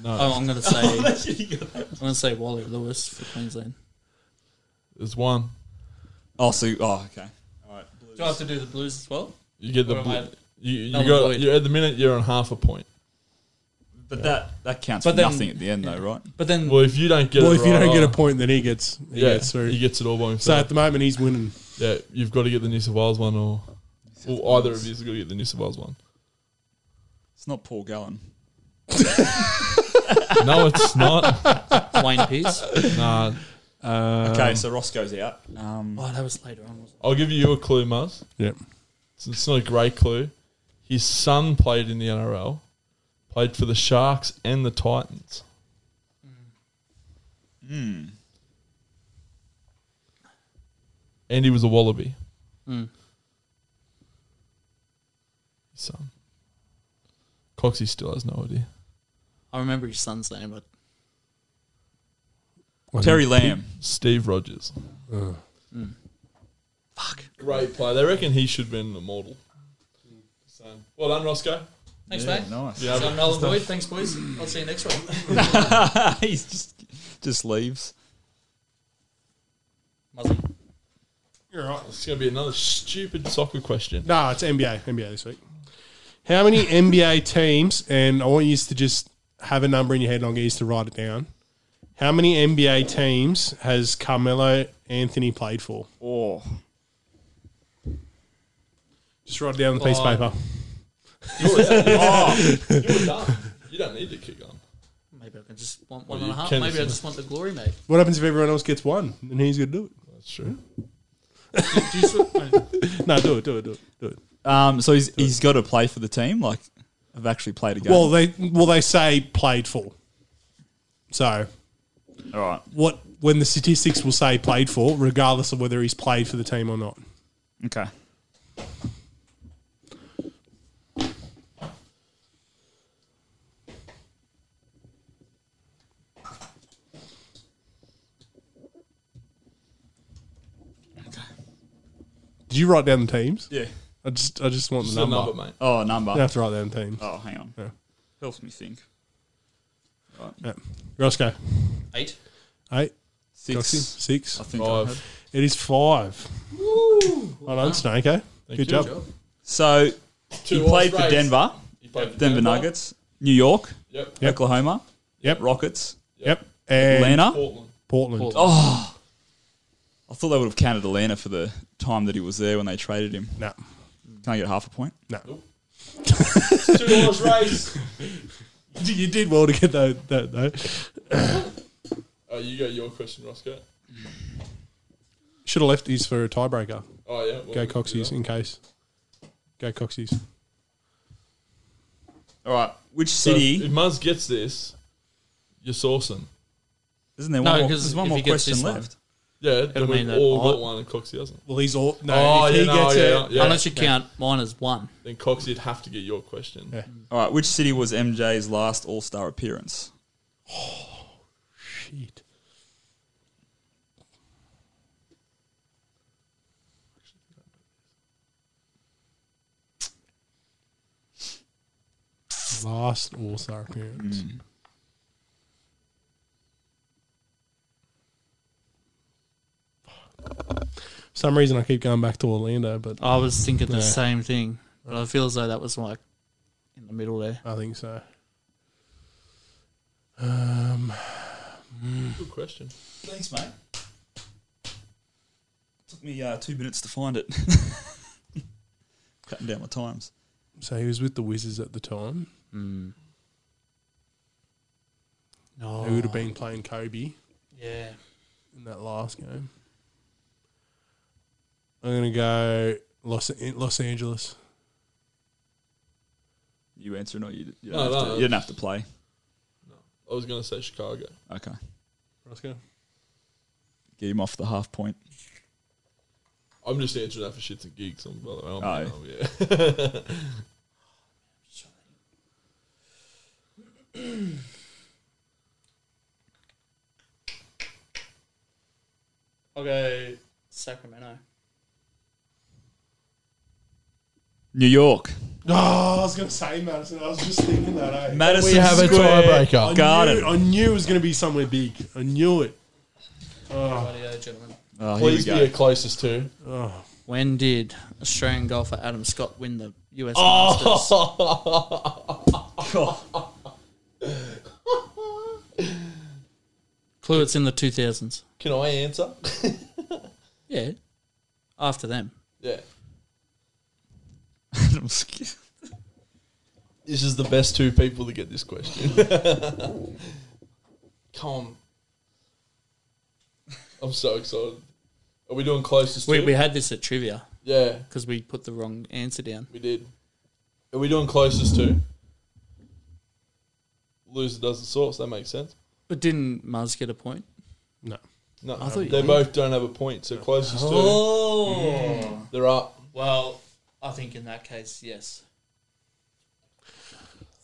Oh, I'm going to say. I'm going to say Wally Lewis for Queensland.
There's one.
Oh, so oh, okay.
Do I have to do the Blues as well?
You get the
Or am
bl-
I-
you, you
null
got
and void?
you at the minute you're on half a point.
But that that counts
But
for
then-
nothing at the end, though, right?
But then
Well, if you don't get
Well,
it
if you
right,
don't get
oh,
a point, then he gets he
yeah,
gets through.
he gets it all by
so
himself.
at the moment, he's winning.
yeah, you've got to get the New South Wales one, or well, either of you's got to get the New South Wales one.
It's not Paul Gallen.
No, it's not.
Wayne Pearce.
Nah,
Okay, so Ross goes out. Um,
Oh, that was later on. Wasn't
I'll give you a clue, Muzz.
Yep.
It's, it's not a great clue. His son played in the NRL, played for the Sharks and the Titans. Andy was a wallaby. His son. Coxie still has no idea.
I remember his son's name, but
Terry Lamb.
Steve Rogers.
Mm.
fuck.
Great play. They reckon he should have been immortal. So, well done, Roscoe.
Thanks, mate.
Nice.
Yeah,
So I'm Nolan Boyd. Thanks, boys. I'll see you next week.
He's just just leaves.
Muzzle.
You're right.
it's going to be another stupid soccer question.
No, it's NBA. NBA this week. How many NBA teams, and I want you to just have a number in your head and I'll get you to write it down. How many NBA teams has Carmelo Anthony played for?
Oh,
Just write it down on the piece of
Five.
paper.
You're done. You don't need to kick on.
Maybe I can just want one
Well,
and a
you
half.
can
Maybe I
if-
just want the glory, mate.
What happens if everyone else gets one? Then who's going to do it?
That's true.
Do you sw-
No, do it, do it, do it, do it.
um. So he's he's got to play for the team. Like, I've actually played a game.
Well, they well they say played for. So
all right.
what when the statistics will say played for, regardless of whether he's played for the team or not.
Okay.
Did you write down the teams?
Yeah.
I just I just want
Just
the
a
number.
number, mate.
Oh, number.
You don't have to write down the teams.
Oh, hang on.
Yeah.
Helps me think.
Yeah. Roscoe.
Eight.
Eight.
Six.
Coxie? Six.
I think. I heard.
Five.
It is five. Well done, Snake, eh? Good,
you.
job.
Good job.
So
Two
he played
All-Stars.
for Denver,
He played for
Denver Nuggets, New York,
Yep.
Yep.
Oklahoma,
Yep.
Rockets,
Yep. And
Atlanta.
Portland.
Portland.
Portland.
I thought they would have counted Atlanta for the time that he was there when they traded him.
No.
Can I get half a point?
No.
Two horse race.
Oh, You did well to get that, that though.
Oh, you got your question, Roscoe.
Should have left these for a tiebreaker.
Oh, yeah. well,
Go
we can do
Coxies
that.
in case. Go Coxies.
All right. Which
So
city?
if Muzz gets this, you're saucing.
Isn't there
No,
one more?
'cause
There's one
if
more
he gets
question
this one-
left.
Yeah, then
mean
we've
that
all
I-
got one and Coxie hasn't.
Well, he's all. No,
Oh,
if
yeah,
he
no,
gets
yeah,
it.
yeah. yeah.
Unless you count mine as one.
Then Coxie'd have to get your question.
Yeah.
All right. Which city was MJ's last All Star appearance?
Shit. Last All Star appearance. For some reason, I keep going back to Orlando, but
I was thinking the
Yeah.
same thing, but I feel as though that was like in the middle there.
I think so. Um,
Good question.
Thanks, mate. Took me uh, two minutes to find it. Cutting down my times.
So he was with the Wizards at the time.
Hmm. No.
They would have been playing Kobe.
Yeah.
in that last game. I'm gonna go Los Los Angeles.
You answering or you, you, don't
No,
have
no,
to,
no.
you didn't have to play.
I was going to say Chicago.
Okay.
Roscoe.
Get him off the half point.
I'm just answering that for shits and gigs. I'm, by the way, I'm,
Aye.
I'm- yeah.
I'll go Sacramento.
New York.
Oh, I was gonna say Madison. I was just thinking that. Eh?
Madison
We have a
Square
tiebreaker.
Garden.
I knew it was gonna be somewhere big. I knew it.
Rightio, gentlemen.
Oh, here we
Please be your
go.
closest two.
When did Australian golfer Adam Scott win the US
Oh!
Masters? Clue it's in the 2000s.
Can I answer?
Yeah. After them.
yeah.
I'm scared.
This is the best two people to get this question. Come on. I'm so excited. Are we doing closest
We,
two?
we had this at trivia
yeah,
because we put the wrong answer down.
we did. Are we doing closest two? Loser doesn't source. That makes sense.
But didn't Muzz get a point?
No.
No,
I thought you
they
did.
both don't have a point, so closest
Oh.
two, they're up.
Well, I think in that case, yes.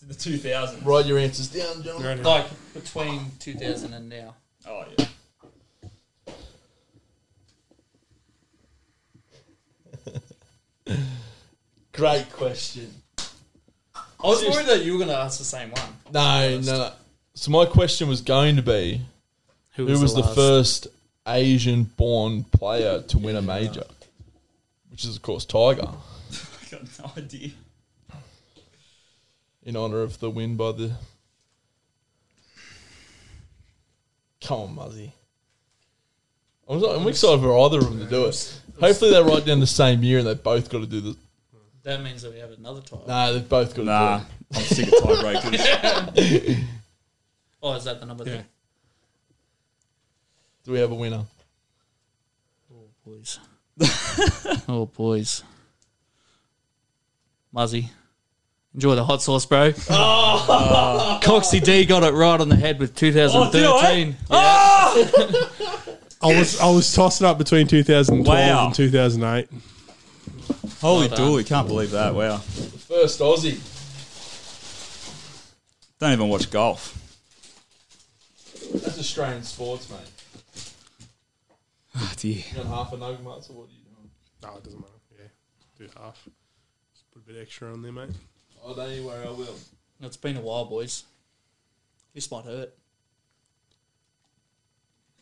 The 2000.
Write your answers down, John.
Right
Like between 2000 and now.
Oh, yeah.
Great question.
I was worried that you were going to ask the same one.
No, no, no. So my question was going to be,
Who
who was the, first Asian-born player to win a major? Which is, of course, Tiger,
I got no idea.
in honour of the win by the. Come on, Muzzy. I'm, so- I'm excited for either of them to do it. Hopefully, they write down the same year and they both got to do the.
That means that we have another tie.
No, they've both got to do
Nah,
it.
I'm sick of tiebreakers.
Oh, is that the number
Yeah.
there?
Do we have a winner?
Oh, boys. oh, boys. Muzzy. Enjoy the hot sauce, bro. Coxie D got it right on the head with 2013. Ah!
I was I was tossing up between 2012
Wow.
and 2008.
Holy
Well done.
dooly, can't believe that. Wow.
First Aussie.
Don't even watch golf.
That's Australian sports, mate.
Oh, dear.
You got half a nugget, mate, so what are you doing?
No, it doesn't matter. Yeah, do half. Just put a bit extra on there, mate.
Oh, don't you worry, I will.
It's been a while, boys. This might hurt.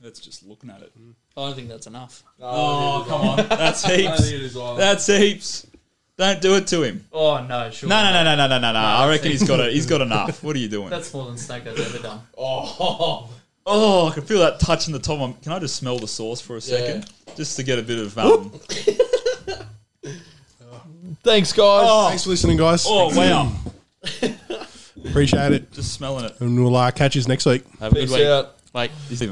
That's just looking at it.
I don't think that's enough.
oh, come on.
That's heaps.
That's
That's heaps. Don't do it to him.
Oh, no, sure.
No, no, no, no, no, no, no, no. I reckon he's got it. He's got enough. What are you doing?
That's more than Snaker's ever done.
oh,
Oh, I can feel that touching the top. of- Can I just smell the sauce for a second, just to get a bit of um,
thanks, guys.
Thanks for listening, guys.
Oh wow!
Appreciate it,
Just smelling it.
and we'll uh, catch you next week.
Have a good
Peace
week.
out.
Like, even.